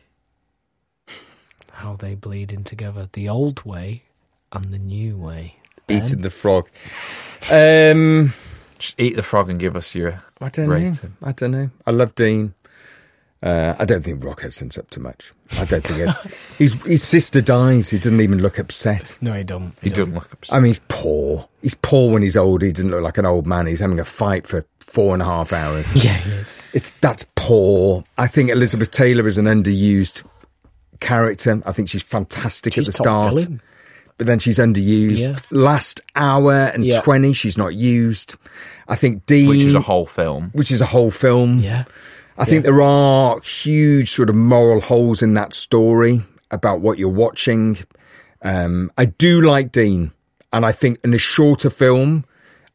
[SPEAKER 2] how they bleed in together the old way and the new way.
[SPEAKER 3] Eating the frog. Um,
[SPEAKER 1] just eat the frog and give us your.
[SPEAKER 3] I don't
[SPEAKER 1] Rating.
[SPEAKER 3] know. I don't know. I love Dean. Uh, I don't think Rock Hudson's up to much. I don't think it's, his his sister dies. He doesn't even look upset.
[SPEAKER 2] No, he don't.
[SPEAKER 1] He doesn't look upset.
[SPEAKER 3] I mean, he's poor. He's poor when he's old. He doesn't look like an old man. He's having a fight for four and a half hours.
[SPEAKER 2] Yeah, he is.
[SPEAKER 3] It's that's poor. I think Elizabeth Taylor is an underused character. I think she's fantastic
[SPEAKER 2] She's
[SPEAKER 3] at the
[SPEAKER 2] top
[SPEAKER 3] start,
[SPEAKER 2] billing.
[SPEAKER 3] but then she's underused.
[SPEAKER 2] Yeah.
[SPEAKER 3] Last hour and
[SPEAKER 2] Yeah.
[SPEAKER 3] twenty, she's not used. I think Dean,
[SPEAKER 1] Which is a whole film.
[SPEAKER 3] which is a whole film.
[SPEAKER 2] Yeah.
[SPEAKER 3] I think there are huge sort of moral holes in that story about what you're watching. Um, I do like Dean, and I think in a shorter film,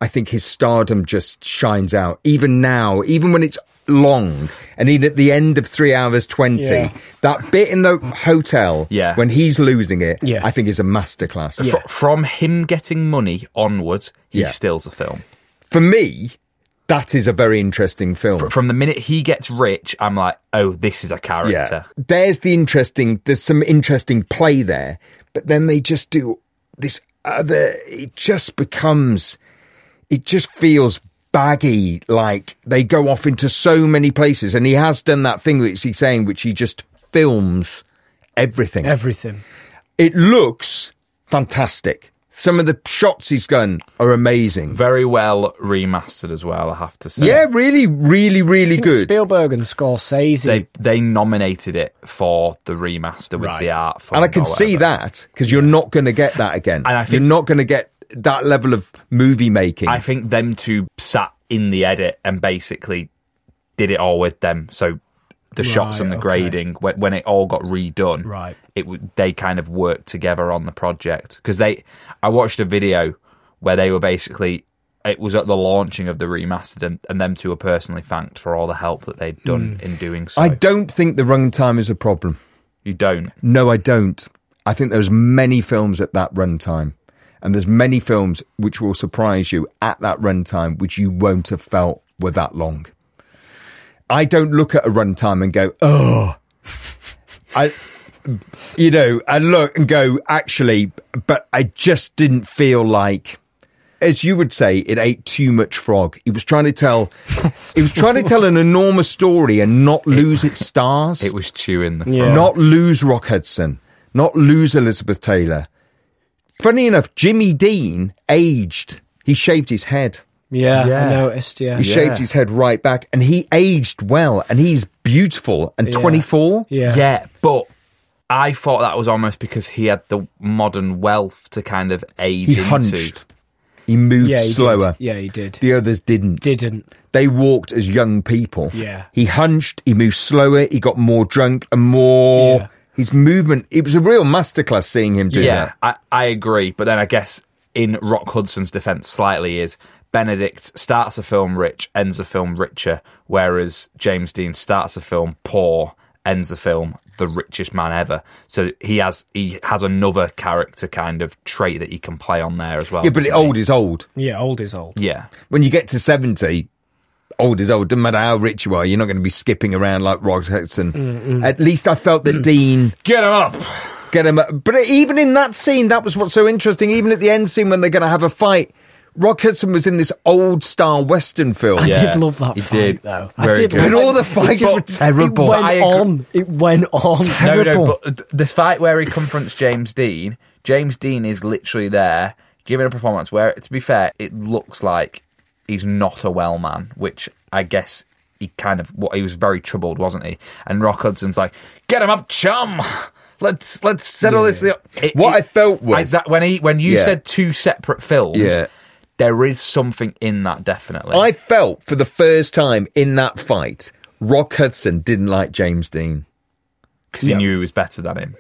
[SPEAKER 3] I think his stardom just shines out. Even now, even when it's long, and even at the end of three hours twenty,
[SPEAKER 2] Yeah.
[SPEAKER 3] that bit in the hotel,
[SPEAKER 1] Yeah.
[SPEAKER 3] when he's losing it,
[SPEAKER 2] Yeah.
[SPEAKER 3] I think is a masterclass.
[SPEAKER 1] Fr- from him getting money onwards, he
[SPEAKER 3] Yeah.
[SPEAKER 1] steals the film.
[SPEAKER 3] For me, that is a very interesting film.
[SPEAKER 1] Fr- From the minute he gets rich, I'm like, oh, this is a character.
[SPEAKER 3] Yeah. There's the interesting, there's some interesting play there, but then they just do this other, it just becomes, it just feels baggy. Like they go off into so many places. And he has done that thing which he's saying, which he just films everything.
[SPEAKER 2] Everything.
[SPEAKER 3] it looks fantastic. Some of the shots he's done are amazing.
[SPEAKER 1] Very well remastered as well, I have to say.
[SPEAKER 3] Yeah, really, really, really
[SPEAKER 2] think
[SPEAKER 3] good.
[SPEAKER 2] Spielberg and Scorsese.
[SPEAKER 1] they they nominated it for the remaster with
[SPEAKER 2] Right.
[SPEAKER 1] the art fund
[SPEAKER 3] and I
[SPEAKER 1] or
[SPEAKER 3] can see
[SPEAKER 1] whatever.
[SPEAKER 3] that because you're not going to get that again.
[SPEAKER 1] And I think-
[SPEAKER 3] you're not going to get that level of movie making.
[SPEAKER 1] I think them two sat in the edit and basically did it all with them. So the shots
[SPEAKER 2] Right,
[SPEAKER 1] and the
[SPEAKER 2] okay.
[SPEAKER 1] grading when, when it all got redone,
[SPEAKER 2] Right.
[SPEAKER 1] It w- they kind of worked together on the project because they. I watched a video where they were basically. It was at the launching of the remastered, and, and them two were personally thanked for all the help that they'd done
[SPEAKER 2] Mm.
[SPEAKER 1] in doing so.
[SPEAKER 3] I don't think the run time is a problem.
[SPEAKER 1] you don't.
[SPEAKER 3] No, I don't. I think there's many films at that run time, and there's many films which will surprise you at that run time, which you won't have felt were that long. I don't look at a run time and go, oh, [laughs] I, you know, I look and go, actually, but I just didn't feel like. As you would say, it ate too much frog. It was trying to tell, it was trying to tell an enormous story and not lose its stars.
[SPEAKER 1] It was chewing the.
[SPEAKER 2] Yeah.
[SPEAKER 1] frog.
[SPEAKER 3] Not lose Rock Hudson. Not lose Elizabeth Taylor. Funny enough, Jimmy Dean aged. He shaved his head.
[SPEAKER 2] yeah,
[SPEAKER 1] Yeah.
[SPEAKER 2] I noticed. Yeah,
[SPEAKER 3] He shaved his head right back and he aged well and he's beautiful and
[SPEAKER 2] Yeah.
[SPEAKER 3] 24.
[SPEAKER 2] yeah,
[SPEAKER 1] Yeah, but I thought that was almost because he had the modern wealth to kind of age
[SPEAKER 3] He
[SPEAKER 1] into.
[SPEAKER 3] hunched. He moved
[SPEAKER 2] Yeah, he did.
[SPEAKER 3] slower.
[SPEAKER 2] Yeah, he did.
[SPEAKER 3] The others didn't.
[SPEAKER 2] Didn't.
[SPEAKER 3] They walked as young people.
[SPEAKER 2] Yeah.
[SPEAKER 3] He hunched, he moved slower, he got more drunk and more.
[SPEAKER 2] Yeah.
[SPEAKER 3] His movement, it was a real masterclass seeing him do that.
[SPEAKER 1] Yeah, I, I agree. But then I guess in Rock Hudson's defense, slightly is Benedict starts a film rich, ends a film richer, whereas James Dean starts a film poor, ends a film the richest man ever. So he has he has another character kind of trait that he can play on there as well.
[SPEAKER 3] Yeah, but
[SPEAKER 1] doesn't he?
[SPEAKER 3] old is old.
[SPEAKER 2] Yeah, old is old.
[SPEAKER 1] Yeah.
[SPEAKER 3] when you get to 70, old is old, doesn't matter how rich you are, you're not going to be skipping around like Rod Hudson. At least I
[SPEAKER 2] [clears throat]
[SPEAKER 3] felt that Dean
[SPEAKER 1] Get him up.
[SPEAKER 3] get him. But even in that scene, that was what's so interesting. Even at the end scene when they're going to have a fight, Rod Hudson was in this old style Western
[SPEAKER 2] [laughs]
[SPEAKER 3] film.
[SPEAKER 2] I
[SPEAKER 1] Yeah,
[SPEAKER 2] did love that
[SPEAKER 1] he
[SPEAKER 2] fight,
[SPEAKER 1] did.
[SPEAKER 2] though.
[SPEAKER 1] Very
[SPEAKER 2] I did
[SPEAKER 1] good.
[SPEAKER 2] love
[SPEAKER 3] But all
[SPEAKER 2] it.
[SPEAKER 3] the
[SPEAKER 2] It
[SPEAKER 3] fights
[SPEAKER 2] just-
[SPEAKER 3] were terrible.
[SPEAKER 2] It went
[SPEAKER 3] I agree.
[SPEAKER 2] on. It went on.
[SPEAKER 3] Terrible.
[SPEAKER 1] No, no, but th- this fight where he confronts James Dean, James Dean is literally there giving a performance where, to be fair, it looks like he's not a well man, which I guess he kind of what he was very troubled, wasn't he? And Rock Hudson's like, "Get him up, chum." Let's let's settle this. It-
[SPEAKER 3] What
[SPEAKER 1] it-
[SPEAKER 3] I felt was-
[SPEAKER 1] that when he when you
[SPEAKER 3] Yeah.
[SPEAKER 1] said two separate films,
[SPEAKER 3] Yeah.
[SPEAKER 1] there is something in that definitely.
[SPEAKER 3] I felt for the first time in that fight, Rock Hudson didn't like James Dean.
[SPEAKER 1] because he knew he was better than him.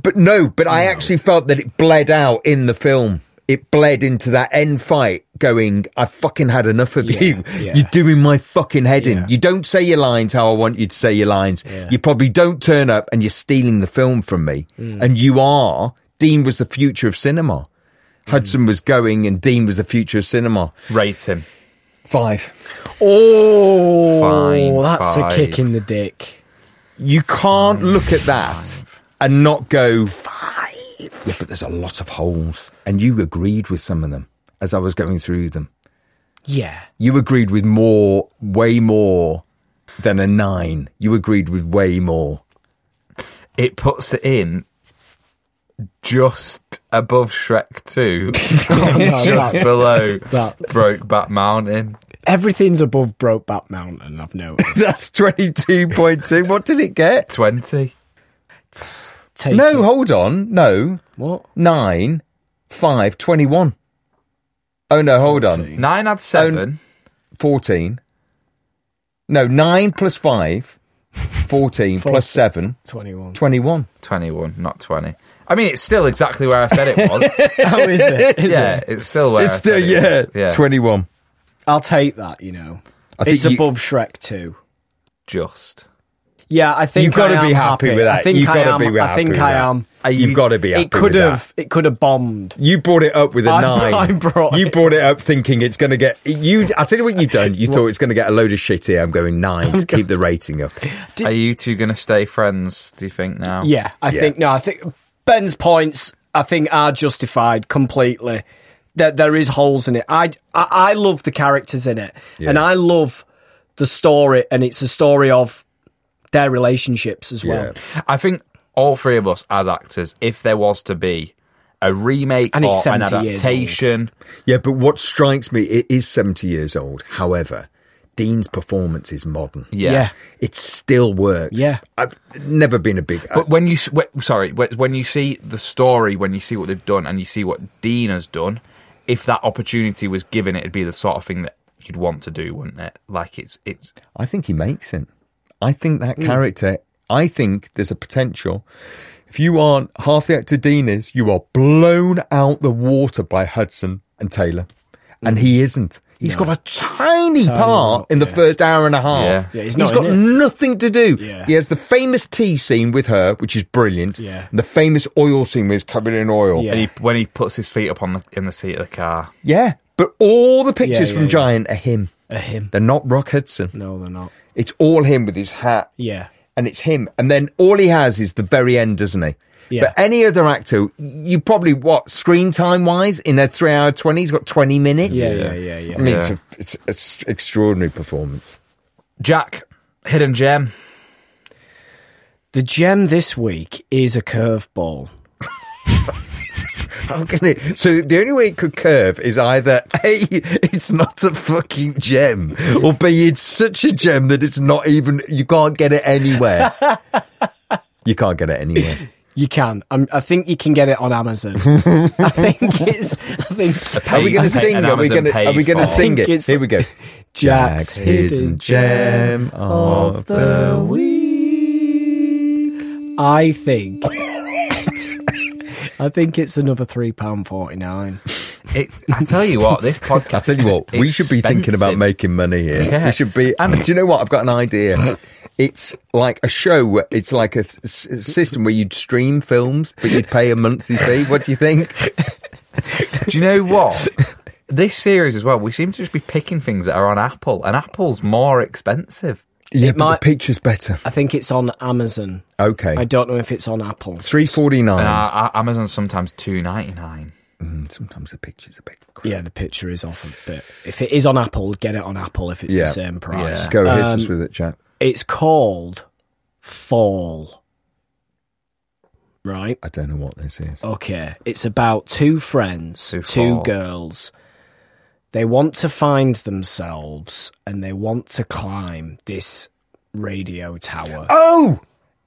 [SPEAKER 3] But no, but I actually felt that it bled out in the film. it bled into that end fight going, I fucking had enough of
[SPEAKER 2] Yeah,
[SPEAKER 3] you.
[SPEAKER 2] yeah.
[SPEAKER 3] You're doing my fucking head in.
[SPEAKER 2] Yeah.
[SPEAKER 3] You don't say your lines how I want you to say your lines.
[SPEAKER 2] Yeah.
[SPEAKER 3] You probably don't turn up and you're stealing the film from me.
[SPEAKER 2] Mm.
[SPEAKER 3] And you are. Dean was the future of cinema.
[SPEAKER 2] Mm.
[SPEAKER 3] Hudson was going and Dean was the future of cinema.
[SPEAKER 1] Rate him.
[SPEAKER 3] Five.
[SPEAKER 2] Oh,
[SPEAKER 1] Fine,
[SPEAKER 2] that's
[SPEAKER 1] five.
[SPEAKER 2] a kick in the dick.
[SPEAKER 3] You can't look at that and not go five. Yeah, but there's a lot of holes, and you agreed with some of them as I was going through them. [laughs]
[SPEAKER 2] Yeah,
[SPEAKER 3] You agreed with more, way more than a nine. You agreed with way more. [laughs]
[SPEAKER 1] It puts it in just above Shrek [laughs]
[SPEAKER 2] [laughs]
[SPEAKER 1] 2, just
[SPEAKER 2] that's-
[SPEAKER 1] below
[SPEAKER 2] that-
[SPEAKER 1] Brokeback Mountain.
[SPEAKER 2] everything's above Brokeback Mountain. I've noticed.
[SPEAKER 3] That's twenty-two point two. What did it get?
[SPEAKER 1] 20.
[SPEAKER 2] Take
[SPEAKER 3] [laughs] No,
[SPEAKER 2] it.
[SPEAKER 3] hold on. No,
[SPEAKER 2] what?
[SPEAKER 3] nine, five, twenty-one. Oh no, hold on.
[SPEAKER 1] 9 had 7.
[SPEAKER 3] Fourteen. No, nine
[SPEAKER 2] [laughs]
[SPEAKER 3] plus five. 14 plus 7
[SPEAKER 2] Twenty-one.
[SPEAKER 3] 21.
[SPEAKER 1] 21, not 20. I mean, it's still exactly where I said it was. [laughs]
[SPEAKER 2] How is it? [laughs] Is
[SPEAKER 1] yeah,
[SPEAKER 2] it?
[SPEAKER 1] it's still where I said it was.
[SPEAKER 3] 21.
[SPEAKER 2] I'll take that. You know,
[SPEAKER 3] I think
[SPEAKER 2] it's
[SPEAKER 3] you-
[SPEAKER 2] above Shrek two.
[SPEAKER 1] Just.
[SPEAKER 2] Yeah, I think
[SPEAKER 3] You've gotta
[SPEAKER 2] I am
[SPEAKER 3] be happy with that.
[SPEAKER 2] I think
[SPEAKER 3] You've
[SPEAKER 2] I
[SPEAKER 3] gotta
[SPEAKER 2] am.
[SPEAKER 3] be
[SPEAKER 2] I
[SPEAKER 3] happy
[SPEAKER 2] think
[SPEAKER 3] with
[SPEAKER 2] I
[SPEAKER 3] that.
[SPEAKER 2] am.
[SPEAKER 3] Uh, you've gotta be happy
[SPEAKER 2] It could
[SPEAKER 3] with
[SPEAKER 2] have. It could have bombed.
[SPEAKER 3] You brought it up with a
[SPEAKER 2] I- [laughs]
[SPEAKER 3] nine.
[SPEAKER 2] I brought
[SPEAKER 3] you
[SPEAKER 2] it-
[SPEAKER 3] brought it up thinking it's going to get you. I'll tell you what you've
[SPEAKER 2] [laughs]
[SPEAKER 3] done. You thought it's going to get a load of shit here. I'm going nine to keep the rating up.
[SPEAKER 1] Are you two going to stay friends, do you think, now?
[SPEAKER 2] Yeah, I think no. I think Ben's points. I think are justified completely. That there is holes in it. I I, I love the characters in it, and I love the story, and it's a story of their relationships as well.
[SPEAKER 1] I think all three of us as actors, if there was to be a remake
[SPEAKER 2] And
[SPEAKER 1] or
[SPEAKER 2] it's
[SPEAKER 1] an
[SPEAKER 2] 70 years
[SPEAKER 1] adaptation,
[SPEAKER 3] Yeah, but what strikes me, it is 70 years old. However, Dean's performance is modern.
[SPEAKER 1] yeah.
[SPEAKER 2] Yeah.
[SPEAKER 3] It still works.
[SPEAKER 2] Yeah.
[SPEAKER 3] I've never been a big.
[SPEAKER 1] But when you s- wh- sorry, wh- when you see the story, when you see what they've done, and you see what Dean has done, if that opportunity was given, it'd be the sort of thing that you'd want to do, wouldn't it? Like it's it's
[SPEAKER 3] I think he makes it. I think that
[SPEAKER 2] Hmm.
[SPEAKER 3] character, I think there's a potential. If you aren't half the actor Dean is, you are blown out the water by Hudson and Taylor. And he
[SPEAKER 2] Hmm.
[SPEAKER 3] isn't. He's got a tiny, part
[SPEAKER 2] part,
[SPEAKER 3] in the first hour and a half.
[SPEAKER 1] Yeah.
[SPEAKER 2] Yeah, he's
[SPEAKER 3] he's
[SPEAKER 2] not
[SPEAKER 3] got
[SPEAKER 2] in
[SPEAKER 3] nothing to do.
[SPEAKER 2] Yeah.
[SPEAKER 3] He has the famous tea scene with her, which is brilliant.
[SPEAKER 2] Yeah.
[SPEAKER 3] And the famous oil scene where he's covered in oil.
[SPEAKER 2] Yeah.
[SPEAKER 1] and he, when he puts his feet up on the in the seat of the car.
[SPEAKER 3] Yeah. But all the pictures
[SPEAKER 2] yeah,
[SPEAKER 3] from
[SPEAKER 2] yeah.
[SPEAKER 3] Giant are him.
[SPEAKER 2] A him.
[SPEAKER 3] They're not Rock Hudson.
[SPEAKER 2] No, they're not.
[SPEAKER 3] It's all him with his hat
[SPEAKER 2] Yeah.
[SPEAKER 3] and it's him. And then all he has is the very end, doesn't he?
[SPEAKER 2] Yeah.
[SPEAKER 3] But any other actor, you probably what screen time wise in a three hour twenty, he's got twenty minutes.
[SPEAKER 2] Yeah, yeah, yeah, yeah.
[SPEAKER 3] I mean,
[SPEAKER 1] Yeah.
[SPEAKER 3] it's, a, it's an extraordinary performance. [laughs]
[SPEAKER 1] Jack, hidden gem.
[SPEAKER 2] The gem this week is a curveball.
[SPEAKER 3] How can it? So the only way it could curve is either [laughs] a, it's not a fucking gem, or b, it's such a gem that it's not even you can't get it anywhere. you can't get it anywhere.
[SPEAKER 2] You can. i I think you can get it on Amazon. I think it's. I think
[SPEAKER 3] Are we
[SPEAKER 1] Paid-
[SPEAKER 3] going to
[SPEAKER 1] paid-
[SPEAKER 3] sing?
[SPEAKER 1] an
[SPEAKER 3] Are we
[SPEAKER 1] Amazon
[SPEAKER 3] going to? Are we
[SPEAKER 1] paid
[SPEAKER 3] going to
[SPEAKER 1] for.
[SPEAKER 3] sing
[SPEAKER 2] I think
[SPEAKER 3] it?
[SPEAKER 2] it's-
[SPEAKER 3] Here we go.
[SPEAKER 2] Jack's hidden gem Oh,
[SPEAKER 3] of the week.
[SPEAKER 2] I think. I think it's another three pound forty nine.
[SPEAKER 1] It, I tell you what,
[SPEAKER 3] [laughs]
[SPEAKER 1] this podcast.
[SPEAKER 3] I tell you what, we should be thinking about making money here.
[SPEAKER 1] Yeah.
[SPEAKER 3] We should be. And do you know what? I've got an idea. It's like a show. where- It's like a s- s- system where you'd stream films, but you'd pay a monthly fee. What do
[SPEAKER 2] [laughs]
[SPEAKER 3] you think?
[SPEAKER 1] Do you know what? This series as well, we seem to just be picking things that are on Apple, and Apple's more expensive.
[SPEAKER 3] Yeah,
[SPEAKER 2] but the might-
[SPEAKER 3] picture's better.
[SPEAKER 2] I think it's on Amazon.
[SPEAKER 3] Okay,
[SPEAKER 2] I don't know if it's on Apple.
[SPEAKER 3] three forty
[SPEAKER 1] And
[SPEAKER 3] nine.
[SPEAKER 1] uh, Amazon's sometimes two ninety nine.
[SPEAKER 3] Mm, Sometimes the picture's a bit. crap.
[SPEAKER 2] Yeah, the picture is off a bit. If it is on Apple, get it on Apple if it's
[SPEAKER 3] Yeah.
[SPEAKER 2] the same price. Um,
[SPEAKER 1] Yeah.
[SPEAKER 3] Go hit us with it, chap.
[SPEAKER 2] It's called Fall. Right?
[SPEAKER 3] I don't know what this is.
[SPEAKER 2] Okay. It's about two friends,
[SPEAKER 1] Who
[SPEAKER 2] two,
[SPEAKER 1] fall.
[SPEAKER 2] girls. They want to find themselves and they want to climb this radio tower.
[SPEAKER 3] Oh,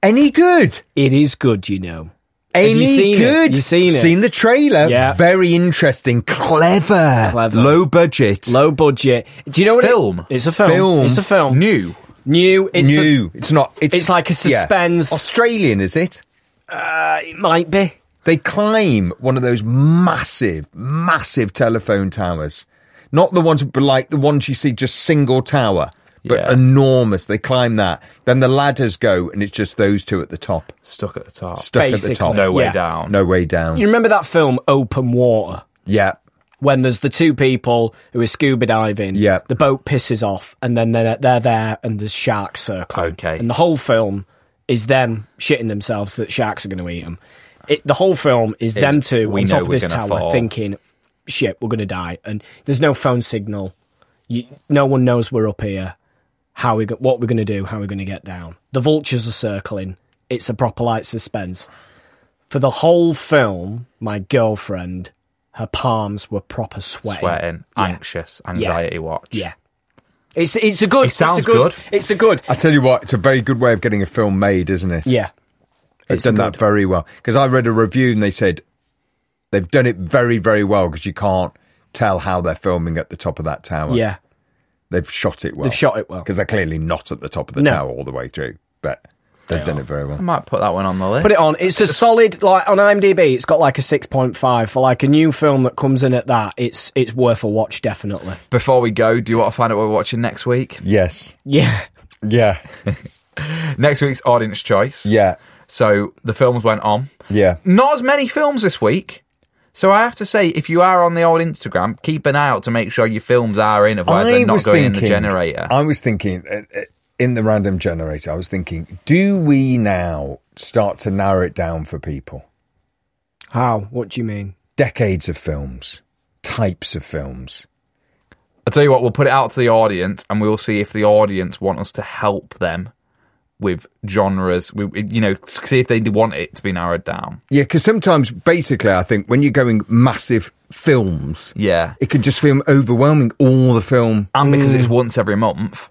[SPEAKER 3] any good?
[SPEAKER 2] It is good, you know.
[SPEAKER 3] Any
[SPEAKER 2] Have you seen
[SPEAKER 3] good?
[SPEAKER 2] It? You seen it?
[SPEAKER 3] the trailer?
[SPEAKER 2] Yeah.
[SPEAKER 3] Very interesting. Clever.
[SPEAKER 2] Clever.
[SPEAKER 3] Low budget.
[SPEAKER 2] Low budget. Do you know what it-
[SPEAKER 1] Film.
[SPEAKER 2] it's a film.
[SPEAKER 3] Film.
[SPEAKER 2] It's a film.
[SPEAKER 1] New.
[SPEAKER 2] New. It's a-
[SPEAKER 3] New. it's not. It's,
[SPEAKER 2] it's like a
[SPEAKER 3] yeah.
[SPEAKER 2] suspense.
[SPEAKER 3] Australian, is it?
[SPEAKER 2] uh, it might be.
[SPEAKER 3] They climb one of those massive, massive telephone towers. Not the ones, but like the ones you see, just single tower, but
[SPEAKER 1] Yeah.
[SPEAKER 3] enormous. They climb that. Then the ladders go, and it's just those two at the top,
[SPEAKER 1] Stuck at the top.
[SPEAKER 3] stuck
[SPEAKER 2] Basically,
[SPEAKER 3] at the top.
[SPEAKER 1] No way
[SPEAKER 2] Yeah.
[SPEAKER 1] down.
[SPEAKER 3] No way down.
[SPEAKER 2] You remember that film Open Water?
[SPEAKER 3] Yeah.
[SPEAKER 2] when there's the two people who are scuba diving.
[SPEAKER 3] Yeah.
[SPEAKER 2] The boat pisses off, and then they're, they're there, and there's sharks circling.
[SPEAKER 1] Okay.
[SPEAKER 2] And the whole film is them shitting themselves that sharks are going to eat them. It, the whole film is
[SPEAKER 1] Is
[SPEAKER 2] them two
[SPEAKER 1] we
[SPEAKER 2] on
[SPEAKER 1] know
[SPEAKER 2] top of
[SPEAKER 1] we're
[SPEAKER 2] this
[SPEAKER 1] gonna
[SPEAKER 2] tower
[SPEAKER 1] fall.
[SPEAKER 2] thinking, shit, we're going to die. And there's no phone signal. You, no one knows we're up here. How we go, what we're going to do, how we're going to get down. The vultures are circling. It's a proper light suspense. For the whole film, my girlfriend, her palms were proper sweating.
[SPEAKER 1] Sweating, anxious, anxiety watch.
[SPEAKER 2] Yeah. It's it's a good. it's a
[SPEAKER 1] sounds good.
[SPEAKER 2] It's a good.
[SPEAKER 3] I tell you what, it's a very good way of getting a film made, isn't it?
[SPEAKER 2] Yeah.
[SPEAKER 3] They've
[SPEAKER 2] It's
[SPEAKER 3] done
[SPEAKER 2] good.
[SPEAKER 3] that very well. Because I read a review and they said they've done it very, very well because you can't tell how they're filming at the top of that tower.
[SPEAKER 2] Yeah.
[SPEAKER 3] They've shot it well.
[SPEAKER 2] They've shot it well.
[SPEAKER 3] Because they're clearly not at the top of the
[SPEAKER 2] No.
[SPEAKER 3] tower all the way through, but they've done it very
[SPEAKER 1] I
[SPEAKER 3] well.
[SPEAKER 1] might put that one on the list.
[SPEAKER 2] Put it on. It's a solid like on IMDb. It's got like a six point five for like a new film that comes in at that. It's it's worth a watch definitely.
[SPEAKER 1] Before we go, do you want to find out what we're watching next week?
[SPEAKER 3] Yes.
[SPEAKER 2] Yeah.
[SPEAKER 3] Yeah.
[SPEAKER 1] Next week's audience choice.
[SPEAKER 3] Yeah.
[SPEAKER 1] So the films went on.
[SPEAKER 2] [laughs]
[SPEAKER 3] Yeah.
[SPEAKER 1] Not as many films this week. So I have to say, if you are on the old Instagram, keep an eye out to make sure your films are in, otherwise they're not going in the generator.
[SPEAKER 3] I was thinking uh, uh, in the random generator. I was thinking, do we now start to narrow it down for people?
[SPEAKER 2] How? What do you mean?
[SPEAKER 3] Decades of films, types of films.
[SPEAKER 1] I'll tell you what, we'll put it out to the audience and we'll see if the audience want us to help them with genres. We, we- you know, see if they want it to be narrowed down.
[SPEAKER 3] Yeah, because sometimes, basically, I think when you're going massive films,
[SPEAKER 1] Yeah.
[SPEAKER 3] it can just feel overwhelming. All the film,
[SPEAKER 1] And because
[SPEAKER 3] Mm.
[SPEAKER 1] it's once every month,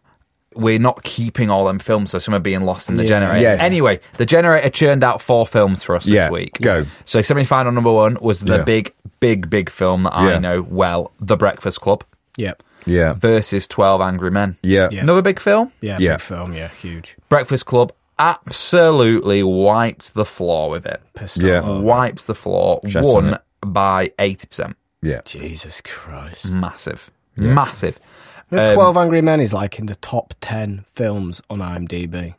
[SPEAKER 1] we're not keeping all them films, so some are being lost in the generator.
[SPEAKER 3] Yes.
[SPEAKER 1] Anyway, the generator churned out four films for us
[SPEAKER 3] Yeah,
[SPEAKER 1] this week.
[SPEAKER 3] go.
[SPEAKER 1] So semi-final number one was the
[SPEAKER 3] Yeah.
[SPEAKER 1] big, big, big film that I
[SPEAKER 3] Yeah.
[SPEAKER 1] know well, The Breakfast Club
[SPEAKER 2] Yep.
[SPEAKER 3] yeah,
[SPEAKER 1] versus Twelve Angry Men.
[SPEAKER 3] yeah,
[SPEAKER 2] Yeah.
[SPEAKER 1] Another big film.
[SPEAKER 2] Yeah.
[SPEAKER 3] Yeah.
[SPEAKER 2] Big film. Yeah. Huge.
[SPEAKER 1] Breakfast Club absolutely wiped the floor with it.
[SPEAKER 2] Pissed
[SPEAKER 3] Yeah.
[SPEAKER 2] off.
[SPEAKER 1] Wipes the floor,
[SPEAKER 3] Shut on
[SPEAKER 1] won
[SPEAKER 3] it.
[SPEAKER 1] by 80%.
[SPEAKER 3] yeah.
[SPEAKER 2] Jesus
[SPEAKER 1] Mm.
[SPEAKER 2] Christ.
[SPEAKER 1] Massive. Massive.
[SPEAKER 2] The Twelve Angry Men is like in the top ten films on IMDb.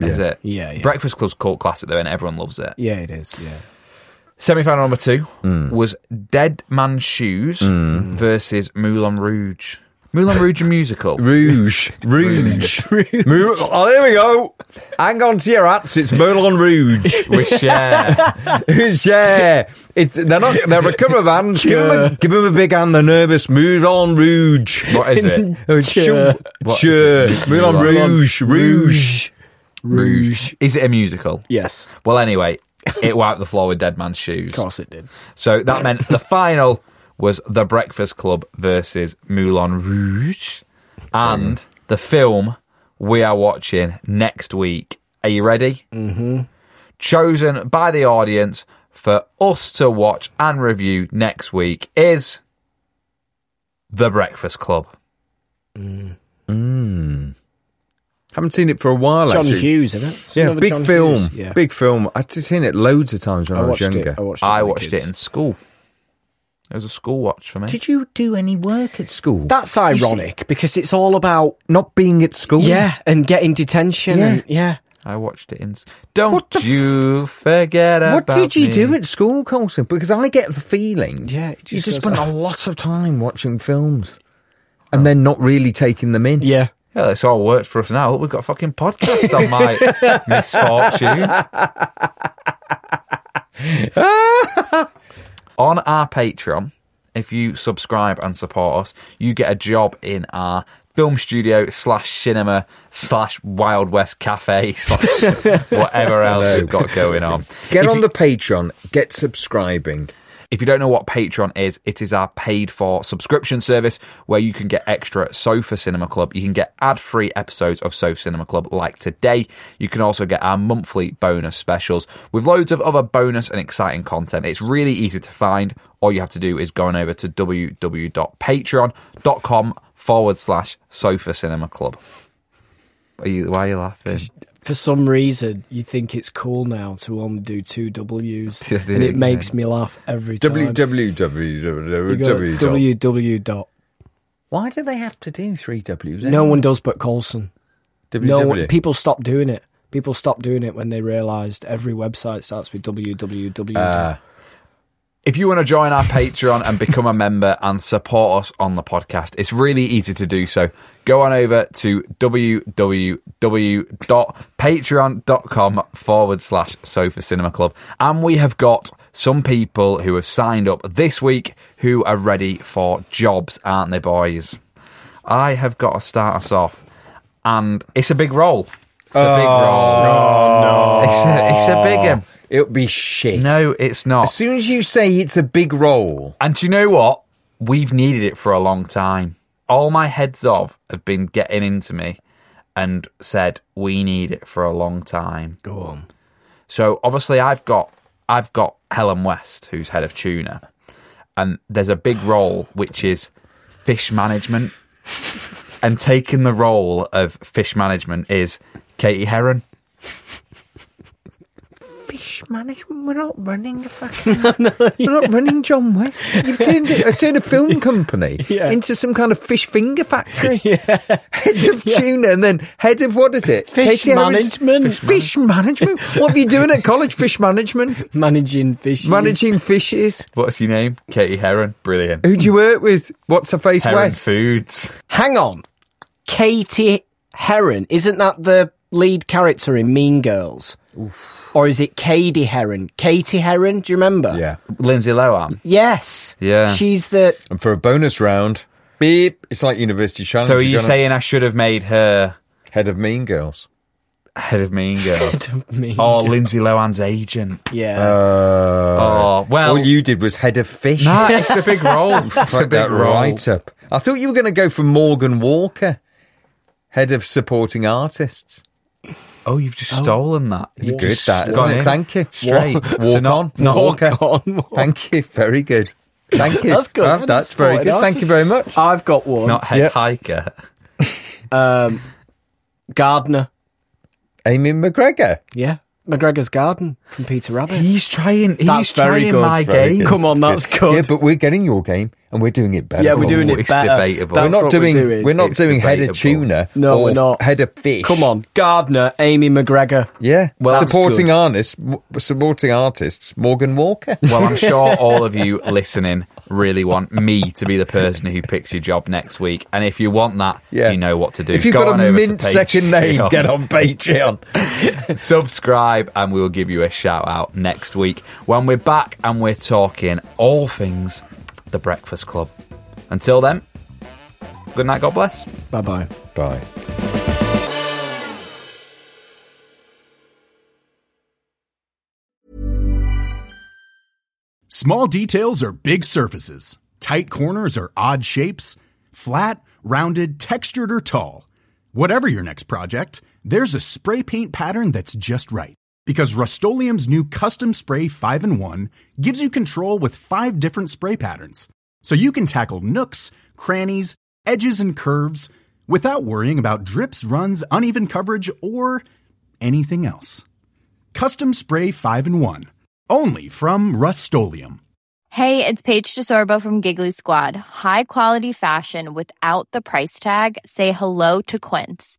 [SPEAKER 1] Is it?
[SPEAKER 2] Yeah, yeah.
[SPEAKER 1] Breakfast Club's cult classic, though, and everyone loves it.
[SPEAKER 2] Yeah, it is. Yeah.
[SPEAKER 1] Semi final number two
[SPEAKER 2] Hmm.
[SPEAKER 1] was Dead Man's Shoes versus Moulin Rouge. Moulin Rouge a musical.
[SPEAKER 2] [laughs]
[SPEAKER 3] Rouge, [laughs] Rouge. Mou- oh, there we go. Hang on to your hats. It's Moulin Rouge. [laughs]
[SPEAKER 1] We share.
[SPEAKER 3] yeah, it's, they're not. They're a cover band. Give them [laughs] a, give 'em a big hand. They're nervous. Moulin Rouge.
[SPEAKER 1] what is it?
[SPEAKER 3] [laughs] Oh, sure,
[SPEAKER 1] What
[SPEAKER 3] sure.
[SPEAKER 1] is it?
[SPEAKER 3] Moulin
[SPEAKER 1] Moulin
[SPEAKER 3] Rouge, Rouge.
[SPEAKER 1] Rouge. Is it a musical?
[SPEAKER 2] Yes.
[SPEAKER 1] Well, anyway, it wiped the floor with Dead Man's Shoes.
[SPEAKER 2] Of course it did.
[SPEAKER 1] So that meant the final was The Breakfast Club versus Moulin Rouge. And the film we are watching next week. Are you ready? Mm-hmm. Chosen by the audience for us to watch and review next week is The Breakfast Club.
[SPEAKER 3] Haven't seen it for a while.
[SPEAKER 2] John
[SPEAKER 3] actually.
[SPEAKER 2] Hughes, isn't it? It's
[SPEAKER 3] Yeah,
[SPEAKER 2] another
[SPEAKER 3] big
[SPEAKER 2] John
[SPEAKER 3] film.
[SPEAKER 2] Hughes. Yeah.
[SPEAKER 3] Big film. I'd seen it loads of times when I,
[SPEAKER 2] I
[SPEAKER 3] was
[SPEAKER 2] watched
[SPEAKER 3] younger.
[SPEAKER 2] it. I watched it.
[SPEAKER 1] I
[SPEAKER 2] with the
[SPEAKER 1] watched it
[SPEAKER 2] kids.
[SPEAKER 1] in school. It was a school watch for me.
[SPEAKER 3] Did you do any work at school?
[SPEAKER 2] That's ironic because it's all about
[SPEAKER 3] Not being at school.
[SPEAKER 2] yeah and getting detention. Yeah, and, yeah.
[SPEAKER 1] I watched it in. s- Don't
[SPEAKER 3] the f-
[SPEAKER 1] you forget
[SPEAKER 3] What
[SPEAKER 1] about
[SPEAKER 3] did you
[SPEAKER 1] me.
[SPEAKER 3] do at school, Colson? Because I get the feeling
[SPEAKER 2] Yeah, it
[SPEAKER 3] you
[SPEAKER 2] just
[SPEAKER 3] just
[SPEAKER 2] goes
[SPEAKER 3] spent a lot of time watching films and then not really taking them in.
[SPEAKER 2] yeah.
[SPEAKER 1] Yeah, that's all worked for us now. Look, we've got a fucking podcast on
[SPEAKER 3] [laughs]
[SPEAKER 1] my misfortune. on our Patreon, if you subscribe and support us, you get a job in our film studio slash cinema slash Wild West Cafe [laughs] slash whatever else we've got going on.
[SPEAKER 3] Get
[SPEAKER 1] If
[SPEAKER 3] on
[SPEAKER 1] you-
[SPEAKER 3] the Patreon. Get subscribing.
[SPEAKER 1] if you don't know what Patreon is, it is our paid for subscription service where you can get extra Sofa Cinema Club. You can get ad free episodes of Sofa Cinema Club like today. You can also get our monthly bonus specials with loads of other bonus and exciting content. It's really easy to find. All you have to do is go on over to www.patreon.com forward slash Sofa Cinema Club. Are you, why are you laughing?
[SPEAKER 2] for some reason, you think it's cool now to only do two W's,
[SPEAKER 1] Yeah,
[SPEAKER 2] and
[SPEAKER 1] yeah.
[SPEAKER 2] it makes me laugh every time. You go,
[SPEAKER 3] www.
[SPEAKER 2] W W dot.
[SPEAKER 3] Why do they have to do three W's?
[SPEAKER 2] No one does but Colson.
[SPEAKER 3] WW.
[SPEAKER 2] No one, people stopped doing it. People stopped doing it when they realised every website starts with E. www.
[SPEAKER 3] Ah.
[SPEAKER 1] Uh, if you want to join our Patreon and become a member and support us on the podcast, it's really easy to do so. Go on over to www.patreon.com forward slash sofa cinema club. And we have got some people who have signed up this week who are ready for jobs, aren't they, boys? I have got to start us off. And it's a big role. It's a big role. It's a, it's a big one.
[SPEAKER 3] It'll be shit.
[SPEAKER 1] No, it's not.
[SPEAKER 3] As soon as you say it's a big role,
[SPEAKER 1] And do you know what? We've needed it for a long time. All my heads of have been getting into me and said, We need it for a long time.
[SPEAKER 2] Go on.
[SPEAKER 1] So obviously I've got I've got Helen West, who's head of tuna, and there's a big role which is fish
[SPEAKER 2] [laughs]
[SPEAKER 1] management. and taking the role of fish management is Katie Heron.
[SPEAKER 3] fish management. We're not running a fucking. We're not running John West. You've turned, it, turned a film company
[SPEAKER 2] Yeah.
[SPEAKER 3] into some kind of fish finger factory. Head of tuna and then head of what is it?
[SPEAKER 2] Fish
[SPEAKER 3] Katie Aaron's-
[SPEAKER 2] management.
[SPEAKER 3] Fish management. [laughs] What were you doing at college? Fish management.
[SPEAKER 2] Managing fish.
[SPEAKER 3] Managing fishes.
[SPEAKER 1] What's your name? Katie Heron. Brilliant.
[SPEAKER 3] Who do you work with? What's her face?
[SPEAKER 1] Heron
[SPEAKER 3] West.
[SPEAKER 1] Foods.
[SPEAKER 2] Hang on. Katie Heron. Isn't that the lead character in Mean Girls? Or is it Katie Heron? Katie Heron, do you remember?
[SPEAKER 1] Lindsay Lohan.
[SPEAKER 2] Yes.
[SPEAKER 1] Yeah.
[SPEAKER 2] She's the.
[SPEAKER 3] And for a bonus round, beep. It's like University Challenge.
[SPEAKER 1] So are
[SPEAKER 3] You're
[SPEAKER 1] you
[SPEAKER 3] gonna-
[SPEAKER 1] saying I should have made her
[SPEAKER 3] head of Mean Girls?
[SPEAKER 1] head of [laughs] Mean Girls?
[SPEAKER 2] Mean
[SPEAKER 1] Oh,
[SPEAKER 2] Girls.
[SPEAKER 1] Lindsay Lohan's agent.
[SPEAKER 2] Yeah. [laughs]
[SPEAKER 1] Oh, well.
[SPEAKER 3] Uh, all you did was head of fish. [laughs]
[SPEAKER 1] Nah, it's a big [laughs] role. It's a
[SPEAKER 3] Fuck
[SPEAKER 1] big
[SPEAKER 3] that
[SPEAKER 1] role.
[SPEAKER 3] right up. I thought you were going to go for Morgan Walker, head of supporting artists.
[SPEAKER 1] Oh, you've just stolen that.
[SPEAKER 3] It's
[SPEAKER 1] You've
[SPEAKER 3] good,
[SPEAKER 1] just
[SPEAKER 3] that isn't
[SPEAKER 1] gone
[SPEAKER 3] it?
[SPEAKER 1] in.
[SPEAKER 3] Thank you.
[SPEAKER 1] Straight.
[SPEAKER 3] Walk,
[SPEAKER 1] So
[SPEAKER 3] walk
[SPEAKER 1] not-
[SPEAKER 3] on.
[SPEAKER 1] not-
[SPEAKER 3] Walker.
[SPEAKER 2] Oh, on, walk.
[SPEAKER 3] Thank you. Very good.
[SPEAKER 2] [laughs]
[SPEAKER 3] Thank you.
[SPEAKER 2] That's good.
[SPEAKER 3] Rav,
[SPEAKER 2] I
[SPEAKER 3] that's
[SPEAKER 2] just
[SPEAKER 3] very
[SPEAKER 2] thought
[SPEAKER 3] good.
[SPEAKER 2] I'd
[SPEAKER 3] Thank
[SPEAKER 2] ask.
[SPEAKER 3] you very much.
[SPEAKER 2] I've got one. Um,
[SPEAKER 1] Not head
[SPEAKER 3] Yep.
[SPEAKER 1] hiker.
[SPEAKER 2] Gardener.
[SPEAKER 3] Amy McGregor.
[SPEAKER 2] Yeah. McGregor's Garden from Peter Rabbit.
[SPEAKER 1] He's trying. He's
[SPEAKER 2] That's very
[SPEAKER 1] trying
[SPEAKER 2] good,
[SPEAKER 1] my
[SPEAKER 3] Very
[SPEAKER 1] game.
[SPEAKER 3] good.
[SPEAKER 2] Come on, that's good.
[SPEAKER 3] Yeah, but we're getting your game and we're doing it better.
[SPEAKER 2] Yeah, we're doing
[SPEAKER 1] Oh,
[SPEAKER 2] it
[SPEAKER 1] it's
[SPEAKER 2] better.
[SPEAKER 1] debatable.
[SPEAKER 3] We're
[SPEAKER 2] That's
[SPEAKER 3] not
[SPEAKER 2] what we're
[SPEAKER 3] doing, we're,
[SPEAKER 2] doing.
[SPEAKER 3] not
[SPEAKER 1] It's
[SPEAKER 3] doing head of
[SPEAKER 1] debatable.
[SPEAKER 3] tuna.
[SPEAKER 2] No,
[SPEAKER 3] or
[SPEAKER 2] we're not.
[SPEAKER 3] Head of fish.
[SPEAKER 2] Come on, Gardner, Amy McGregor.
[SPEAKER 3] Yeah.
[SPEAKER 2] Well, that's
[SPEAKER 3] supporting
[SPEAKER 2] good.
[SPEAKER 3] artists, supporting artists, Morgan Walker.
[SPEAKER 1] Well, I'm sure all of you listening really want me to be the person who picks your job next week. And if you want that,
[SPEAKER 3] Yeah.
[SPEAKER 1] you know what to do.
[SPEAKER 3] If you've
[SPEAKER 1] Go
[SPEAKER 3] got
[SPEAKER 1] on
[SPEAKER 3] a
[SPEAKER 1] over to
[SPEAKER 3] mint second name,
[SPEAKER 1] Patreon.
[SPEAKER 3] get on Patreon.
[SPEAKER 1] [laughs] subscribe and we will give you a shout out next week when we're back and we're talking all things the breakfast club until then good night god bless
[SPEAKER 2] Bye bye.
[SPEAKER 3] Bye.
[SPEAKER 5] Small details are big surfaces. Tight corners are odd shapes. Flat, rounded, textured, or tall. Whatever your next project, there's a spray paint pattern that's just right. Because Rust new Custom Spray 5 in 1 gives you control with five different spray patterns. So you can tackle nooks, crannies, edges, and curves without worrying about drips, runs, uneven coverage, or anything else. Custom Spray 5 in 1. Only from Rust-Oleum.
[SPEAKER 6] Hey, it's Paige DeSorbo from Giggly Squad. High quality fashion without the price tag. Say hello to Quince.